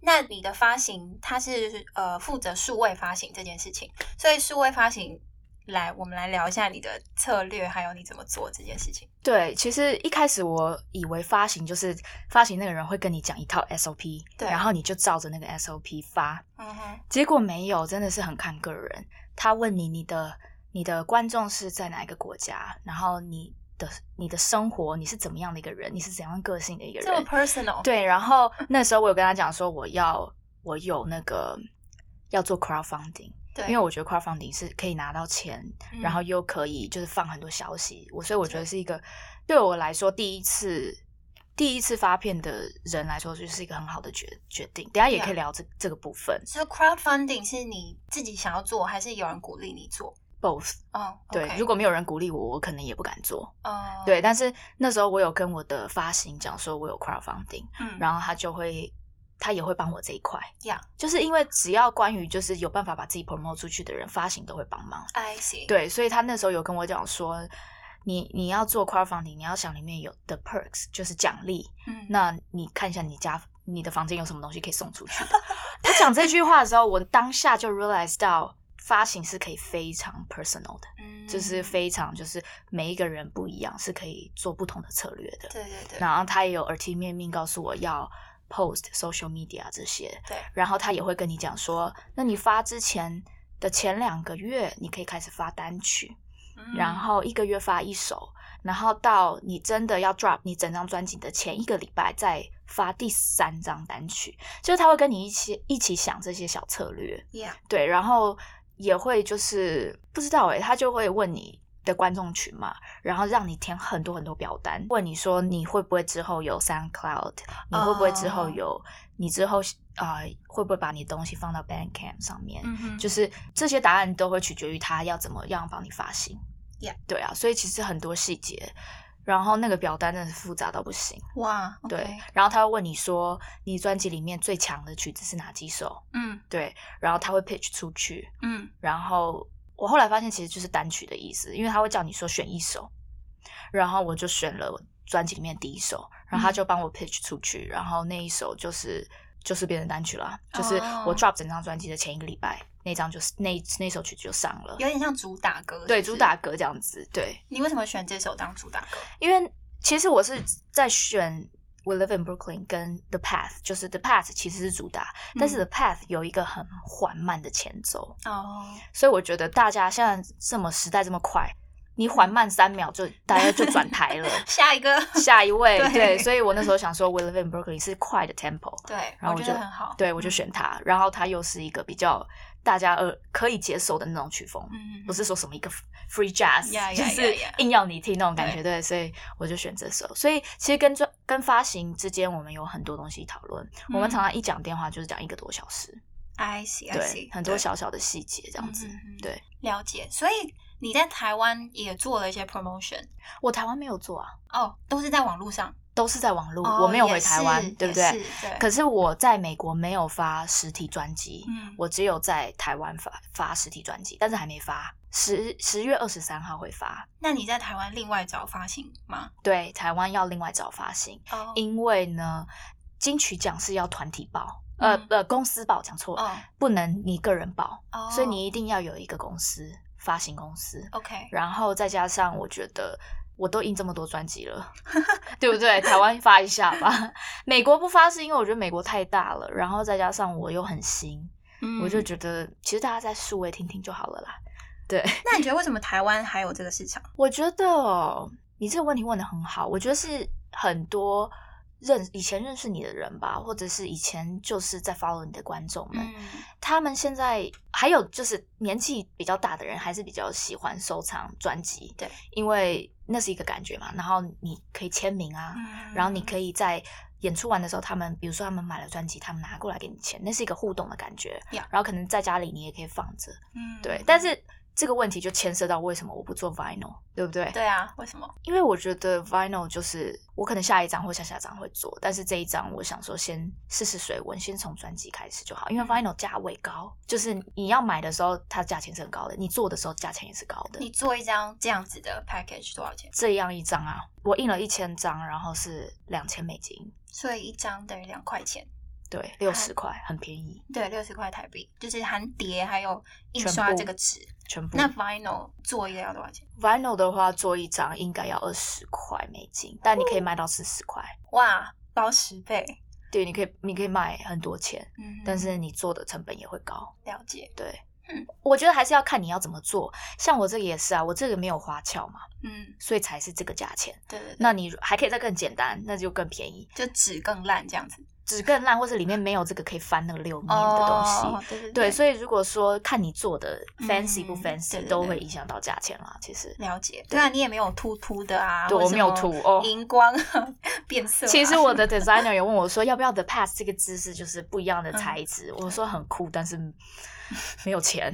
A: 那你的发行它是呃负责数位发行这件事情，所以数位发行来我们来聊一下你的策略，还有你怎么做这件事情。
B: 对，其实一开始我以为发行就是发行那个人会跟你讲一套 SOP，
A: 对
B: 然后你就照着那个 SOP 发，
A: 嗯哼，
B: 结果没有，真的是很看个人。他问你你的你的观众是在哪一个国家，然后你的你的生活你是怎么样的一个人，你是怎样个性的一个人，
A: 这么 personal，
B: 对，然后那时候我有跟他讲说，我要我有那个要做 crowdfunding，
A: 对，
B: 因为我觉得 crowdfunding 是可以拿到钱，
A: 嗯
B: 然后又可以就是放很多消息，我所以我觉得是一个对我来说第一次第一次发片的人来说，就是一个很好的决决定。等一下也可以
A: Yeah
B: 聊这这个部分
A: 所以 crowdfunding 是你自己想要做，还是有人鼓励你做？
B: ，both
A: 哦，
B: 对
A: OK，
B: 如果没有人鼓励我，我可能也不敢做。
A: 哦，
B: 对，但是那时候我有跟我的发行讲说，我有 crowdfunding，
A: 嗯，
B: 然后他就会他也会帮我这一块。
A: Yeah
B: 就是因为只要关于就是有办法把自己 promote 出去的人，发行都会帮忙。
A: I see，，
B: 对，所以他那时候有跟我讲说，你你要做 crowdfunding，你要想里面有的 perks 就是奖励。
A: 嗯，
B: 那你看一下你家你的房间有什么东西可以送出去的。他讲这句话的时候，我当下就 realize 到发行是可以非常 personal 的，
A: 嗯
B: 就是非常就是每一个人不一样，是可以做不同的策略的。
A: 对对对，
B: 然后他也有耳提面命告诉我要 post social media 这些，
A: 对，
B: 然后他也会跟你讲说，那你发之前的前两个月，你可以开始发单曲，
A: 嗯
B: 然后一个月发一首，然后到你真的要 drop 你整张专辑的前一个礼拜再发第三张单曲，就是他会跟你一起一起想这些小策略，
A: Yeah，
B: 对，然后也会就是不知道诶、他就会问你的观众群嘛，然后让你填很多很多表单，问你说你会不会之后有 SoundCloud，你会不会之后
A: 哦
B: 有你之后啊、呃会不会把你的东西放到 Bandcamp 上面？
A: 嗯哼，
B: 就是这些答案都会取决于他要怎么样帮你发行。
A: Yeah
B: 对啊，所以其实很多细节，然后那个表单真的是复杂到不行。
A: 哇，
B: 对
A: OK，
B: 然后他会问你说你专辑里面最强的曲子是哪几首？
A: 嗯
B: 对，然后他会 pitch 出去，
A: 嗯
B: 然后我后来发现其实就是单曲的意思，因为他会叫你说选一首，然后我就选了专辑里面第一首，然
A: 嗯
B: 后他就帮我 pitch 出去，然后那一首就是就是变成单曲啦，就是我
A: 哦
B: drop 整张专辑的前一个礼拜，那张就是那那首曲子就上了，
A: 有点像主打歌，
B: 对，
A: 是
B: 主
A: 不是
B: 打歌这样子，对，
A: 你为什么选这首当主打歌？
B: 因为其实我是在选。We live in Brooklyn 跟 The Path，就是 The Path 其实是主打，但是
A: 嗯
B: The Path 有一个很缓慢的前奏，
A: 哦，
B: 所以我觉得大家现在这么时代这么快，你缓慢三秒就大家就转台
A: [laughs]
B: 了。
A: 下一个，
B: 下一位，
A: 对
B: 对，所以我那时候想说，We Live in Brooklyn 是快的 tempo，
A: 对，
B: 然后
A: 我
B: 我
A: 觉
B: 就
A: 得很好，
B: 对我就选它，然后它又是一个比较大家呃可以接受的那种曲风，
A: 嗯，嗯，
B: 不是说什么一个 free jazz，
A: 呀呀
B: 就
A: 呀
B: 是
A: 呀
B: 硬要你听那种感觉，对，所以我就选这首。所以其实跟专跟发行之间，我们有很多东西讨论，我们
A: 嗯
B: 常常一讲电话就是讲一个多小时，
A: I see，I
B: 对
A: see，，
B: 很多
A: 对
B: 小小的细节这样子
A: 嗯嗯嗯，
B: 对
A: 了解，所以你在台湾也做了一些 promotion
B: 我台湾没有做啊。
A: 哦，都是在网络上，
B: 都是在网络，
A: 哦
B: 我没有
A: 也
B: 回台
A: 是
B: 湾，对不
A: 也
B: 对？
A: 是对。
B: 可是我在美国没有发实体专辑，
A: 嗯，
B: 我只有在台湾发发实体专辑，但是还没发，十十月二十三号会发。
A: 那你在台湾另外找发行吗？
B: 对，台湾要另外找发行，
A: 哦
B: 因为呢，金曲奖是要团体报，呃、
A: 嗯
B: 呃，公司报讲错，了，
A: 哦
B: 不能你个人报，
A: 哦，
B: 所以你一定要有一个公司发行公司，
A: OK
B: 然后再加上我觉得。我都印这么多专辑了， [laughs] 对不对？台湾发一下吧， [laughs] 美国不发是因为我觉得美国太大了，然后再加上我又很新，
A: 嗯。
B: 我就觉得其实大家在数位听听就好了啦。
A: [laughs] 那你觉得为什么台湾还有这个市场？
B: 我觉得哦，你这个问题问的很好，我觉得是很多认以前认识你的人吧，或者是以前就是在 follow 你的观众们，
A: 嗯
B: 他们现在还有就是年纪比较大的人，还是比较喜欢收藏专辑，
A: 对，
B: 因为那是一个感觉嘛。然后你可以签名啊，
A: 嗯
B: 然后你可以在演出完的时候，他们比如说他们买了专辑，他们拿过来给你签，那是一个互动的感觉。
A: Yeah
B: 然后可能在家里你也可以放着，
A: 嗯
B: 对。但是这个问题就牵涉到为什么我不做 vinyl，对不对？
A: 对啊，为什么？
B: 因为我觉得 vinyl 就是我可能下一张或下下张会做，但是这一张我想说先试试水温，先从专辑开始就好。因为
A: 嗯
B: vinyl 价位高，就是你要买的时候它价钱是很高的，你做的时候价钱也是高的。
A: 你做一张这样子的 package 多少钱？
B: 这样一张啊，我印了一千张，然后是两千美金，
A: 所以一张等于两块钱，
B: 对，六十块，很便宜，
A: 对，六十块台币，就是含碟还有印刷
B: 全部
A: 这个纸。
B: 全部。
A: 那 vinyl 做一个要多少钱？
B: vinyl 的话，做一张应该要二十块美金，但你
A: 哦
B: 可以卖到四十块，
A: 哇，高十倍。
B: 对，你可以你可以卖很多钱，
A: 嗯，
B: 但是你做的成本也会高。
A: 了解，
B: 对
A: 嗯，
B: 我觉得还是要看你要怎么做。像我这个也是啊，我这个没有花俏嘛，
A: 嗯，
B: 所以才是这个价钱。
A: 对对对，
B: 那你还可以再更简单，那就更便宜，
A: 就纸更烂这样子
B: 纸更烂，或是里面没有这个可以翻那个六面的东西。
A: 哦、对对
B: 对，所以如果说看你做的
A: 嗯
B: fancy 不
A: 对
B: fancy，、
A: 对
B: 都
A: 对
B: 会影响到价钱啦。其实，
A: 了解。对啊，你也没有凸凸的啊，
B: 对
A: 或者
B: 我没有
A: 什么
B: 凸哦
A: 荧光 [laughs] 啊变色啊。
B: 其实我的 designer 也问我说，要不要 the pass 这个姿势，就是不一样的
A: 嗯
B: 材质。我说很
A: [laughs]
B: 酷，但是没有钱。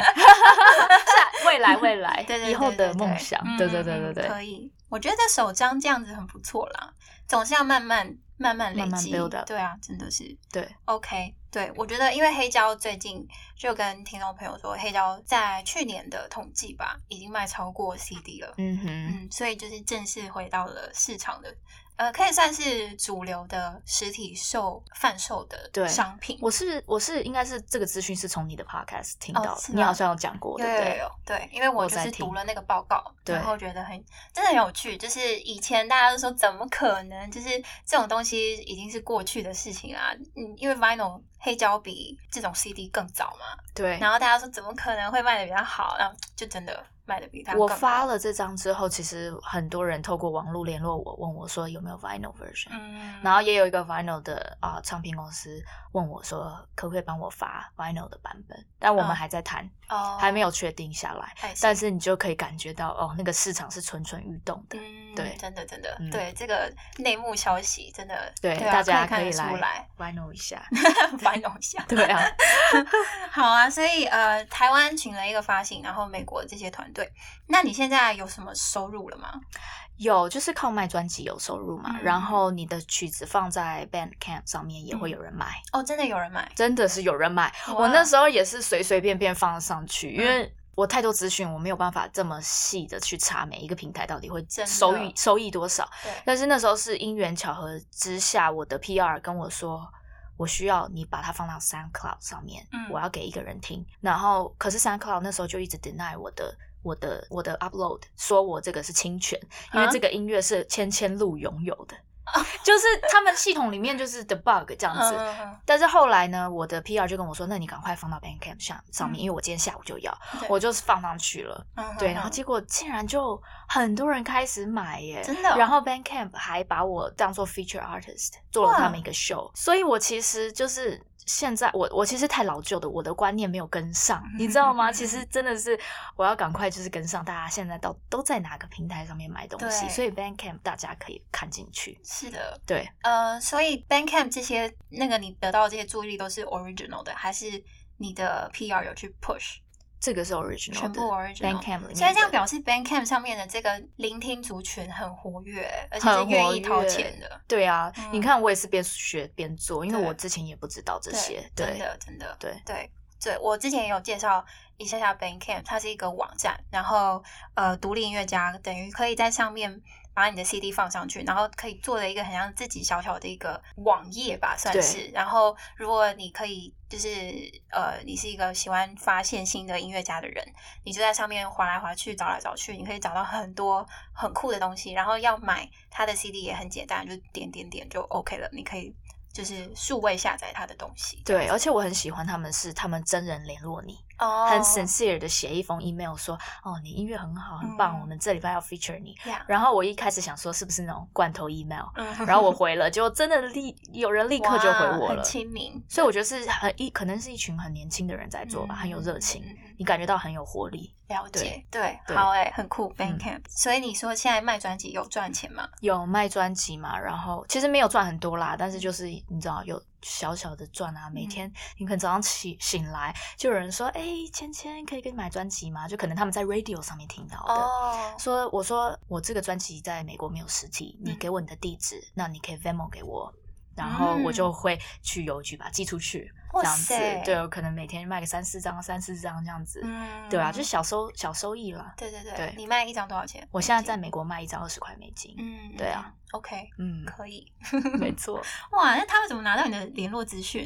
B: 是啊未来，未来，
A: 对对
B: 以后
A: 对
B: 的
A: 对
B: 梦
A: 对
B: 想
A: 嗯，
B: 对对
A: 嗯
B: 对对
A: 嗯
B: 对。
A: 可以。我觉得首张这样子很不错啦，总是要慢慢慢慢累
B: 慢慢
A: 积。
B: build up
A: 对啊，真的是
B: 对
A: OK。对，我觉得因为黑胶最近就跟听众朋友说，黑胶在去年的统计吧，已经卖超过 CD 了。
B: 嗯哼，
A: 嗯，所以就是正式回到了市场的，呃，可以算是主流的实体售贩售的
B: 对
A: 商品。
B: 我是我是应该是这个资讯是从你的 podcast 听到的，
A: 哦是
B: 你
A: 吗
B: 好像有讲过，
A: 有
B: 对不
A: 有
B: 对？哦
A: 有，对，因为我
B: 我
A: 就
B: 在
A: 是
B: 听
A: 读了那个报告，
B: 对
A: 然后觉得很真的很有趣。就是以前大家都说怎么可能，就是这种东西已经是过去的事情啊。嗯，因为 vinyl 黑胶比这种 CD 更早嘛，
B: 对
A: 然后大家说怎么可能会卖的比较好，然后就真的卖的比它
B: 我
A: 更
B: 发
A: 好，
B: 了这张之后，其实很多人透过网络联络我，问我说有没有 vinyl version，、
A: 嗯，
B: 然后也有一个 vinyl 的啊、唱片公司问我说可不可以帮我发 vinyl 的版本，但我
A: 嗯
B: 们还在谈，
A: 哦，
B: 还没有确定下来，
A: 哎，
B: 但是你就可以感觉到哦，那个市场是蠢蠢欲动的。
A: 嗯，
B: 对
A: 真的真的，
B: 嗯
A: 对这个内幕消息真的，
B: 对，
A: 啊
B: 大家
A: 可
B: 以
A: 以看得出来，
B: [laughs]
A: [laughs]
B: vinyl 一下。
A: 反弄一下。
B: 对
A: [laughs]
B: 啊，
A: 好啊，所以呃，台湾请了一个发行，然后美国这些团队，那你现在有什么收入了吗？
B: 有，就是靠卖专辑有收入嘛，
A: 嗯
B: 然后你的曲子放在 Bandcamp 上面也会有人买，
A: 哦，真的有人买，
B: 真的是有人买。我
A: 哇
B: 那时候也是随随便便放上去，因
A: 嗯
B: 为我太多资讯，我没有办法这么细的去查每一个平台到底会
A: 真的
B: 收益收益多少。
A: 对，
B: 但是那时候是因缘巧合之下，我的 PR 跟我说。我需要你把它放到 SoundCloud 上面，
A: 嗯
B: 我要给一个人听。然后，可是 SoundCloud 那时候就一直 deny 我的、我的、我的 upload，说我这个是侵权，因为
A: 啊
B: 这个音乐是千千路拥有的，就是他们系统里面就是 the bug 这样
A: 嗯
B: 子。
A: 嗯
B: 但是后来呢，我的 PR 就跟我说，那你赶快放到 Bandcamp 上上面，
A: 嗯
B: 因为我今天下午就要，
A: 嗯，
B: 我就是放上去了。对，然后
A: 就
B: 结果竟然就很多人开始买耶，
A: 真的哦
B: 然后 Bandcamp 还把我当做 feature artist 做了他们一个 show，所以我其实就是现在我我其实太老旧的，我的观念没有跟
A: [laughs]
B: 上，你知道吗？其实真的是我要赶快就是跟上大家现在到都在哪个平台上面买东西，
A: 对
B: 所以 Bandcamp 大家可以看进去。
A: 是的，
B: 对，
A: 呃，所以 Bandcamp 这些那个你得到的这些注意力都是 original 的，还是你的 PR 有去 push？
B: 这个是 original，
A: 全部 original
B: Bandcamp 里面的。
A: 所以这样表示 Bandcamp 上面的这个聆听族群很活跃，而且是
B: 很
A: 愿
B: 活
A: 意掏
B: 跃
A: 钱的。
B: 对啊，
A: 嗯
B: 你看我也是边学边做，因为
A: 对
B: 我之前也不知道这
A: 对
B: 些。
A: 真
B: 对
A: 的真的
B: 对
A: 对对，我之前也有介绍一下下 Bandcamp，它是一个网站，然后呃，独立音乐家等于可以在上面把你的 CD 放上去，然后可以做了一个很像自己小小的一个网页吧，算
B: 对
A: 是。然后如果你可以就是呃，你是一个喜欢发现新的音乐家的人，你就在上面划来划去，找来找去，你可以找到很多很酷的东西。然后要买他的 CD 也很简单，就点点点就 OK 了。你可以就是数位下载他的东西。
B: 对，而且我很喜欢他们是他们真人联络你，
A: 哦
B: 很 sincere 的写一封 email 说，哦，你音乐很好，很棒，
A: 嗯
B: 我们这礼拜要 feature 你。
A: 呀
B: 然后我一开始想说是不是那种罐头 email，
A: 嗯， [laughs]
B: 然后我回了，结果真的立有人立刻就回
A: 哇
B: 我
A: 很
B: 了。
A: 亲民，
B: 所以我觉得是很一，可能是一群很年轻的人在做吧，
A: 嗯
B: 很有热情，
A: 嗯嗯
B: 你感觉到很有活力。
A: 了解，对，
B: 对嗯
A: 好哎、很酷，Bandcamp。所以你说现在卖专辑有赚钱吗？
B: 有卖专辑嘛，然后其实没有赚很多啦，但是就是你知道有小小的赚啊，每
A: 嗯
B: 天你可能早上起醒来就有人说，哎、芊芊可以给你买专辑吗？就可能他们在 radio 上面听到的。
A: 哦，
B: 说我说我这个专辑在美国没有实体，你
A: 嗯
B: 给我你的地址，那你可以 Venmo 给我，然后我就会去邮局把它寄出去，
A: 嗯哇
B: 这样子
A: 塞，
B: 对，我可能每天卖个三四张、三四张这样子，
A: 嗯
B: 对啊，就是小收小收益啦。
A: 对对对，
B: 对
A: 你卖一张多少钱？
B: 我现在在美国卖一张二十块美金，
A: 嗯，
B: 对啊
A: 嗯，OK，
B: 嗯，
A: 可以。 [laughs]
B: 没错，
A: 哇，那他们怎么拿到你的联络资讯？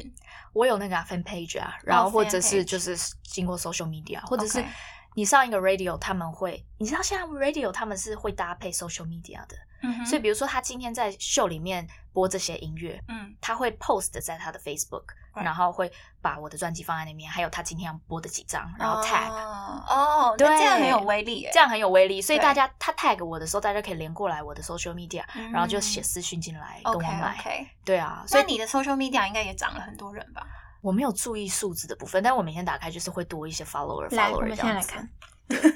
B: 我有那个、啊、fan page 啊，然后或者
A: 哦 fan page
B: 是就是经过 social media，或者是
A: OK
B: 你上一个 radio 他们会，你知道现在 radio 他们是会搭配 social media 的，
A: 嗯哼
B: 所以比如说他今天在秀里面播这些音乐，
A: 嗯，
B: 他会 post 在他的 Facebook，、
A: Right
B: 然后会把我的专辑放在那边，还有他今天要播的几张，然后 tag，、
A: 哦哦，
B: 对
A: 那这样很有威力耶，
B: 这样很有威力。所以
A: 对
B: 大家他 tag 我的时候，大家可以连过来我的 social media，、
A: 嗯
B: 然后就写私讯进来跟我
A: OK
B: 买。
A: OK。
B: 对啊，所
A: 那
B: 以
A: 你的 social media 应该也涨了很多人吧？
B: 我没有注意数字的部分，但我每天打开就是会多一些 follower follower 这样子。。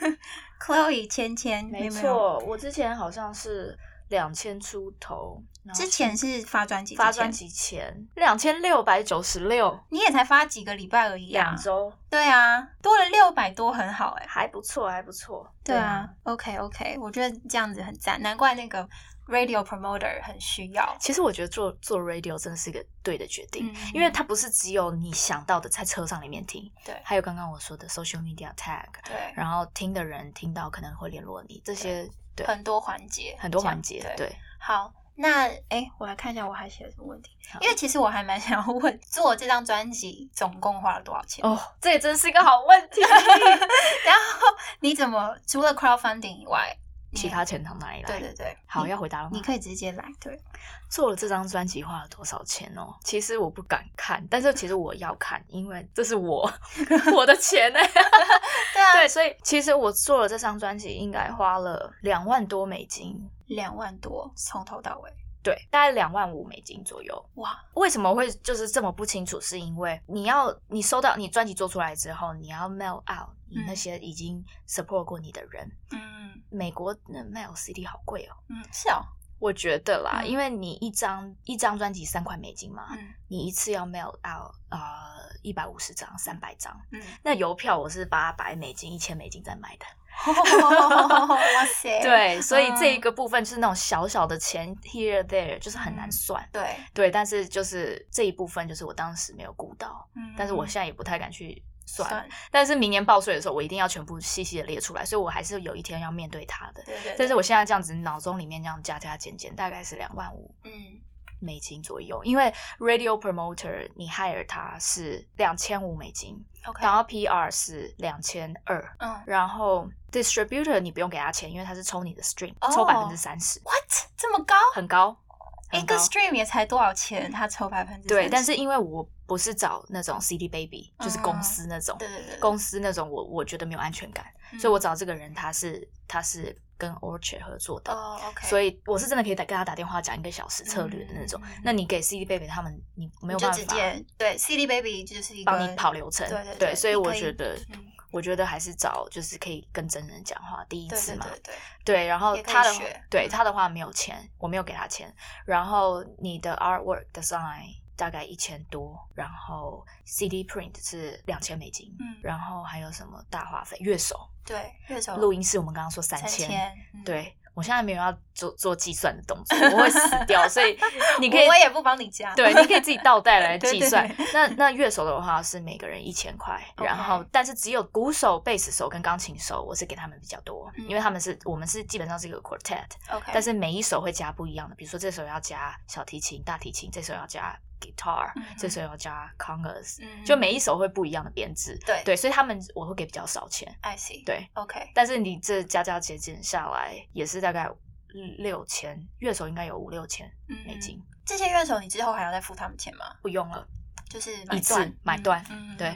A: Chloe 芊芊，有
B: 没
A: 有，
B: 错，我之前好像是两千出头，然后
A: 之前是发专辑，
B: 发专，辑前两千六百九十六，
A: 你也才发几个礼拜而已啊
B: 两。周
A: 对啊，多了六百多，很好哎、
B: 还不错，还不错。
A: 对啊，OK OK，我觉得这样子很赞，难怪那个 radio promoter 很需要。
B: 其实我觉得做做 radio 真的是一个对的决定，
A: 嗯
B: 因为它不是只有你想到的在车上里面听，
A: 对
B: 还有刚刚我说的 social media tag，
A: 对
B: 然后听的人听到可能会联络你，这些对
A: 很多环节，
B: 很多
A: 这样
B: 环节，
A: 对，
B: 对，
A: 好。那哎，我来看一下我还写了什么问题，
B: 好
A: 因为其实我还蛮想要问，做这张专辑总共花了多少钱？
B: 哦，这也真是一个好问
A: [laughs]
B: 题。
A: 然后你怎么除了 crowdfunding 以外，你
B: 其他钱从哪里来？
A: 对对对，
B: 好，
A: 你
B: 要回答了吗
A: 你？可以直接来，
B: [laughs]
A: 对，
B: 做了这张专辑花了多少钱哦？其实我不敢看，但是其实我要看，因为这是我我的钱呢、 [laughs]
A: 对啊，
B: 对，所以其实我做了这张专辑，应该花了两万多美金，
A: 两万多从头到尾，
B: 对，大概两万五美金左右。
A: 哇，
B: 为什么会就是这么不清楚？是因为你要你收到你专辑做出来之后，你要 mail out 你那些已经 support 过你的人。
A: 嗯
B: 美国那 mail CD 好贵哦，
A: 嗯，是哦，
B: 我觉得啦，
A: 嗯
B: 因为你一张一张专辑三块美金嘛，
A: 嗯
B: 你一次要 mail out 呃一百五十张、三百张。
A: 嗯，
B: 那邮票我是八百美金、一千美金在买的，
A: 哇塞，
B: 嗯 [laughs] 对，所以这一
A: 嗯
B: 个部分就是那种小小的钱 here there，就是很难
A: 嗯
B: 算，
A: 对，
B: 对，但是就是这一部分就是我当时没有顾到，
A: 嗯
B: 但是我现在也不太敢去算，
A: 算，
B: 但是明年报税的时候我一定要全部细细的列出来，所以我还是有一天要面对它的。
A: 对对，
B: 但
A: 对
B: 是我现在这样子脑中里面这样加加减减，大概是两万五
A: 嗯
B: 美金左右，因为 radio promoter 你 hire 他是两千五美金，
A: ，OK，
B: 然后 PR 是两千二，
A: 嗯
B: 然后 distributor 你不用给他钱，因为他是抽你的 stream，、
A: 哦
B: 抽百分之三十，
A: ，what 这么高？
B: 很高，
A: 一
B: 很高
A: 个 stream 也才多少钱？他抽百分之
B: 对，但
A: 是
B: 是因为我不是找那种 CD baby，就是公司那种，
A: 嗯对对对，
B: 公司那种我我觉得没有安全感，
A: 嗯
B: 所以我找这个人他是他是跟 Orchard 合作的。
A: 哦，OK，
B: 所
A: 以
B: 以我是真的可以打跟他打电话讲一个小时策略的那种。
A: 嗯
B: 那你给 CD baby 他们，你没有
A: 就
B: 办
A: 直
B: 法
A: 接对 CD Baby 就是一个
B: 帮你跑流程，
A: 对对对
B: 所以
A: 你
B: 我
A: 可以
B: 觉得
A: 嗯，
B: 我觉得还是找就是可以跟真人讲话第一
A: 对
B: 次
A: 对
B: 嘛，
A: 对对，
B: 对，然后
A: 也可以
B: 他的
A: 学嗯
B: 对他的话没有钱，我没有给他钱。然后你的 artwork design，大概一千多，然后 CD print 是两千美金，
A: 嗯
B: 然后还有什么大话费、乐手、
A: 对，乐手
B: 录音室，我们刚刚说三
A: 三
B: 千，
A: 千，嗯，
B: 对我现在没有要做做计算的动作，我会死掉，所
A: [laughs]
B: 以你可以
A: 我我也不帮你加，
B: [laughs] 对，你可以自己倒带来
A: 对
B: 计
A: 对
B: 算
A: 对。
B: 那那乐手的话是每个人一千块，然后
A: OK
B: 但是只有鼓手、贝斯手跟钢琴手，我是给他们比较多，
A: 嗯
B: 因为他们是我们是基本上是一个 quartet，
A: ，OK，
B: 但是每一首会加不一样的，比如说这首要加小提琴、大提琴，这首要加 guitar，、
A: 嗯
B: 这首要加 congas，、
A: 嗯
B: 就每一首会不一样的编制。
A: 对
B: 对，所以他们我会给比较少钱。
A: I see，
B: 对，
A: ，OK，
B: 但是你这加加减减下来也是大概六千，乐手应该有五六千
A: 嗯
B: 美金，
A: 这些乐手你之后还要再付他们钱吗？
B: 不用了。
A: 就是
B: 一
A: 买
B: 次
A: 断
B: 买断
A: 嗯
B: 对。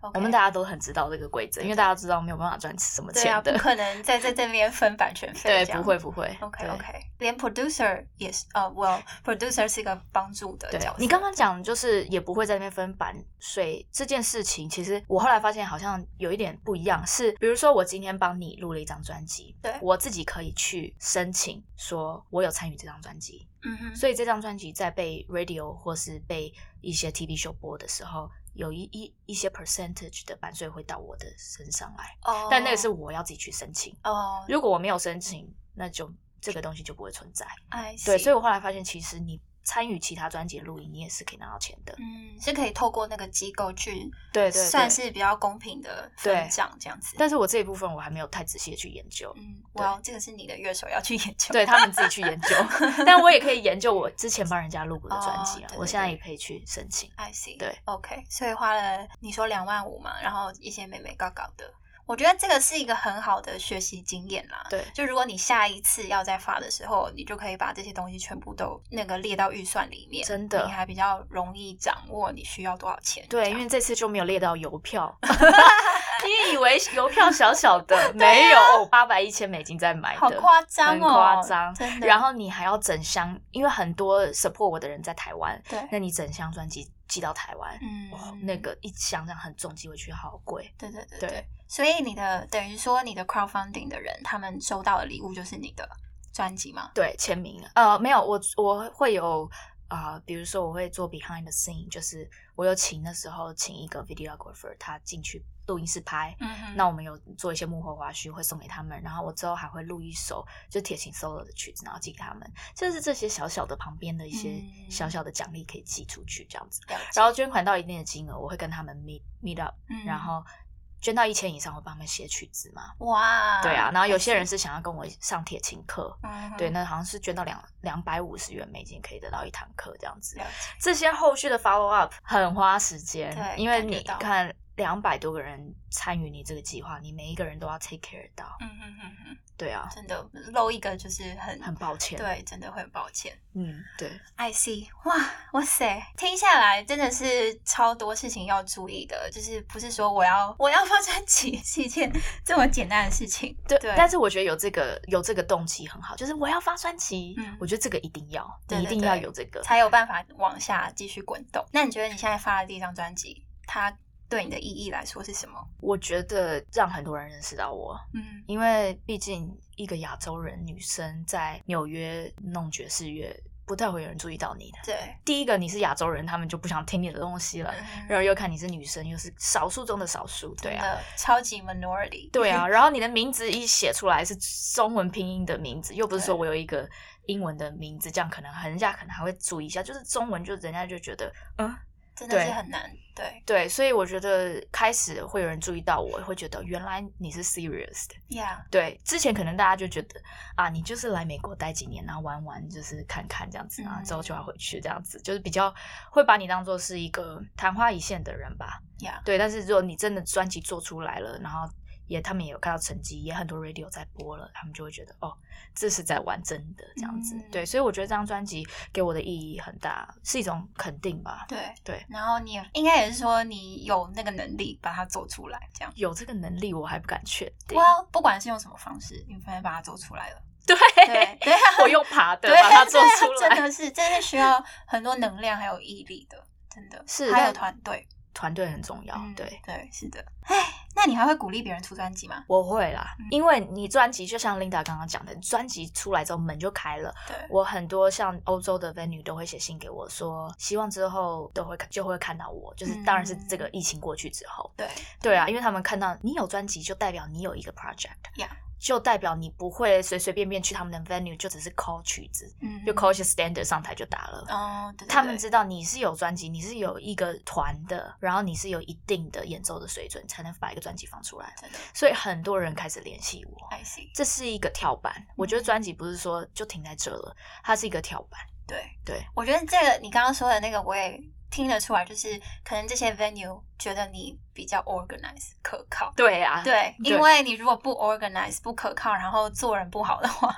A: o
B: 我们大家都很知道这个规则，因为大家知道没有办法赚什么
A: 对啊，
B: 钱
A: 不
B: 的，
A: 可能在在这边分版权费，
B: 对，不会。不会
A: OK
B: 对
A: OK，连 producer 也是，呃，well producer 是一个帮助的
B: 对
A: 角色。
B: 你刚刚讲就是也不会在那边分版税这件事情，其实我后来发现好像有一点不一样，是比如说我今天帮你录了一张专辑，
A: 对
B: 我自己可以去申请说我有参与这张专辑，
A: 嗯哼，
B: 所以这张专辑在被 radio 或是被一些 TV show 播的时候，有一一一些 percentage 的版税会到我的身上来，
A: 哦，
B: 但那个是我要自己去申请。
A: 哦
B: 如果我没有申请，那就这个东西就不会存在。
A: ，I
B: 对，所以
A: 以
B: 我后来发现，其实你参与其他专辑的录音，你也是可以拿到钱的。
A: 嗯是可以透过那个机构去
B: 对对
A: 算
B: 对。
A: 是比较公平的分账这样子。
B: 但是我这一部分我还没有太仔细的去研
A: [laughs]
B: 究，
A: 嗯，
B: 对
A: 哇，这个是你的乐手要去研究。
B: 对他们自己去
A: [laughs]
B: 研究。但我也可以研究我之前帮人家录过的专
A: 哦
B: 辑啊
A: 对，对
B: 我现在
A: 对
B: 也可以去申请。
A: I see，
B: 对
A: ，OK，所以花了你说两万五嘛，然后一些美美高高的，我觉得这个是一个很好的学习经验啦。
B: 对
A: 就如果你下一次要再发的时候，你就可以把这些东西全部都那个列到预算里面，
B: 真的
A: 你还比较容易掌握你需要多少钱。
B: 对，
A: 这
B: 因
A: 样
B: 为这次就没有列到邮
A: [laughs]
B: 票。你以为邮票小小的，没有哦八百一千美金在买的，
A: 啊好夸张
B: 很
A: 哦，
B: 夸张
A: 真的。
B: 然
A: 后
B: 后你还要整箱，因为很多 support 我的人在台湾，
A: 对，
B: 那你整箱专辑寄到台湾，
A: 嗯
B: 哇，那个一箱这样很重，寄回去好贵。
A: 对对对
B: 对
A: 对，所以你的等于说你的 crowdfunding 的人，他们收到的礼物就是你的专辑吗？
B: 对，签名呃没有，我我会有啊、呃比如说我会做 behind the scene，就是我有请那时候请一个 videographer，他进去录音室拍。
A: 嗯哼，
B: 那我们有做一些幕后花絮，会送给他们。然后我之后还会录一首就铁琴 solo 的曲子，然后寄给他们。就是这些小小的旁边的一些
A: 嗯
B: 小小的奖励可以寄出去，这样子。
A: 了解
B: 然后捐款到一定的金额，我会跟他们 meet meet up，、
A: 嗯
B: 然后捐到一千以上，我帮他们写曲子嘛。
A: 哇，
B: 对啊，然后有些
A: I see
B: 人是想要跟我上铁琴课，
A: 嗯哼
B: 对，那好像是捐到两两百五十元美金可以得到一堂课这样子
A: 了。解，
B: 这些后续的 follow up 很花时间
A: 对，
B: 因为
A: 感觉
B: 你
A: 到
B: 看两百多个人参与你这个计划，你每一个人都要 take care 到，
A: 嗯嗯嗯嗯，
B: 对啊，
A: 真的漏一个就是很
B: 很抱歉，，
A: 对，真的会很抱歉。
B: 嗯，对，
A: I see，哇哇塞，听下来真的是超多事情要注意的，就是不是说我要我要发专辑是一件这么简单的事情，
B: 对，
A: 对
B: 但是我觉得有这个有这个动机很好，就是我要发专辑，
A: 嗯
B: 我觉得这个一定要，
A: 对
B: 你一
A: 对
B: 定
A: 对
B: 要有这个，
A: 才有办法往下继续滚动。那你觉得你现在发的第一张专辑，它对你的意义来说是什么？
B: 我觉得让很多人认识到我，
A: 嗯
B: 因为毕竟一个亚洲人女生在纽约弄爵士乐，不太会有人注意到你的。
A: 对，嗯
B: 第一个，你是亚洲人，他们就不想听你的东西了。然
A: 后
B: 后又看你是女生，又是少数中的少数，对啊，，
A: 超级 minority，
B: [laughs] 对啊。然后你的名字一写出来是中文拼音的名字，又不是说
A: 对
B: 我有一个英文的名字，这样可能人家可能还会注意一下。就是中文，就人家就觉得嗯，
A: [laughs] 真的是
B: 对
A: 很难，对
B: 对。所以我觉得开始会有人注意到我，会觉得原来你是 serious 的。
A: ，Yeah，
B: 对，之前可能大家就觉得啊，你就是来美国待几年，然后玩玩，就是看看这样子，
A: 嗯
B: 然后之后就要回去这样子，就是比较会把你当做是一个昙花一现的人吧。
A: Yeah
B: 对，但是如果你真的专辑做出来了，然后也他们也有看到成绩，也很多 radio 在播了，他们就会觉得哦，这是在玩真的这样子。
A: 嗯
B: 对，所以我觉得这张专辑给我的意义很大，是一种肯定吧。
A: 对
B: 对。
A: 然后你也应该也是说你有那个能力把它做出来，这样。
B: 有这个能力，我还不敢确定。
A: 哇，不管是用什么方式，你反正把它做出来了。
B: 对，
A: 对对啊，
B: 我
A: [laughs]
B: 用爬的
A: 对
B: 把它做
A: 对啊
B: 出来， [laughs]
A: 真的是真的需要很多能量还有毅力的，真的
B: 是
A: 还有
B: 但
A: 团队。
B: 团队很重要。
A: 嗯
B: 对，
A: 对，是的。哎，那你还会鼓励别人出专辑吗？
B: 我会啦，
A: 嗯
B: 因为你专辑就像 Linda 刚刚讲的，专辑出来之后门就开了。
A: 对，
B: 我很多像欧洲的 venue 都会写信给我说，希望之后都会就会看到我，就是
A: 嗯
B: 当然是这个疫情过去之后，
A: 对，
B: 对啊，因为他们看到你有专辑，就代表你有一个 project，、
A: Yeah
B: 就代表你不会随随便便去他们的 venue 就只是 call 曲子，
A: 嗯，
B: 就 call 一些 standard 上台就打了。
A: 哦，对对对
B: 他们知道你是有专辑，你是有一个团的，然后你是有一定的演奏的水准，才能把一个专辑放出来。
A: 真的
B: 所以很多人开始联系我，
A: I see，
B: 这是一个跳板。我
A: 嗯
B: 觉得专辑不是说就停在这了，它是一个跳板。
A: 对。
B: 对，
A: 我觉得这个你刚刚说的那个，我也听得出来，就是可能这些 venue 觉得你比较 organize 可靠。
B: 对啊，
A: 对，
B: 对
A: 因为你如果不 organize 不可靠，然后做人不好的话，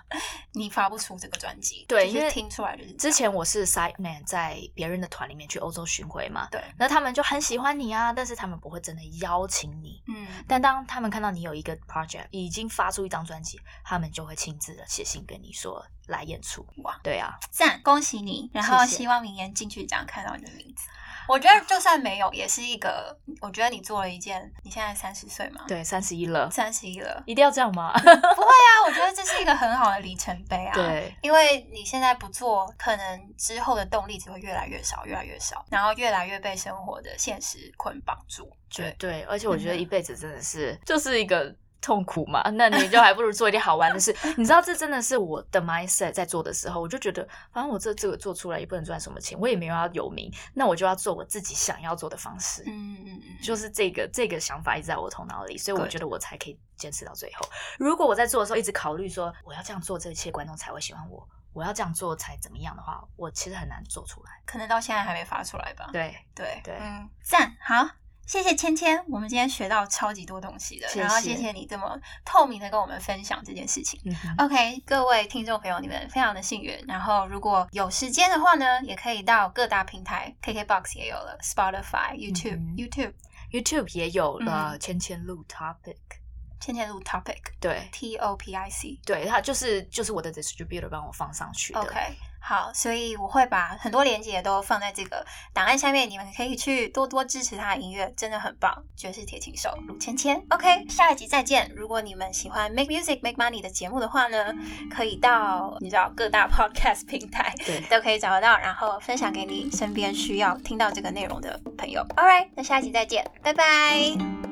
A: 你发不出这个专辑。
B: 对
A: 就
B: 因
A: 是
B: 为
A: 听出来就是这
B: 之
A: 样
B: 前我是 sideman 在别人的团里面去欧洲巡回嘛，
A: 对，
B: 那他们就很喜欢你啊，但是他们不会真的邀请你。
A: 嗯，
B: 但当他们看到你有一个 project 已经发出一张专辑，他们就会亲自的写信给你说来演出。
A: 哇，
B: 对啊，
A: 赞，恭喜你！然后
B: 谢谢
A: 希望明年进去奖看到你的名字。我觉得就算没有，也是一个，我觉得你做了一件，你现在三十岁嘛，，
B: 对，三十一
A: [laughs]
B: 了，
A: 三十一了，
B: 一定要这样吗？
A: 对啊，我觉得这是一个很好的里程碑啊。。
B: [laughs] 对，
A: 因为你现在不做，可能之后的动力只会越来越少，越来越少，然后越来越被生活的现实捆绑住。
B: 绝对，而且我觉得
A: 嗯
B: 一辈子真的是、就是一个痛苦嘛，那你就还不如做一点好玩 [laughs] 的事。你知道，这真的是我的 mindset 在做的时候，我就觉得，反正我这这个做出来也不能赚什么钱，我也没有要有名，那我就要做我自己想要做的方式。
A: 嗯嗯嗯，
B: 就是这个这个想法一直在我头脑里，所以我
A: Good
B: 觉得我才可以坚持到最后。如果我在做的时候一直考虑说我要这样做，这一切观众才会喜欢我，我要这样做才怎么样的话，我其实很难做出来。
A: 可能到现在还没发出来吧。
B: 对，
A: 对
B: 对
A: 嗯，赞，好。谢谢芊芊，我们今天学到超级多东西的，
B: 谢谢
A: 然后谢谢你这么透明的跟我们分享这件事情。
B: 嗯哼
A: OK，各位听众朋友，你们非常的幸运。然后如果有时间的话呢，也可以到各大平台，KKBox 也有了，Spotify、YouTube、
B: 嗯哼
A: YouTube
B: ，YouTube 也有了
A: 嗯
B: 芊芊录 Topic，
A: 芊芊录 Topic
B: 对
A: T O P I C。
B: 对，它就是就是我的 distributor 帮我放上去的。
A: OK，好，所以我会把很多链接都放在这个档案下面，你们可以去多多支持他的音乐，真的很棒，爵士铁琴手鲁芊芊。OK，下一集再见。如果你们喜欢 Make Music Make Money 的节目的话呢，可以到你知道各大 [laughs] Podcast 平台
B: 对
A: 都可以找得到，然后分享给你身边需要听到这个内容的朋友。All right，那下一集再见，拜拜。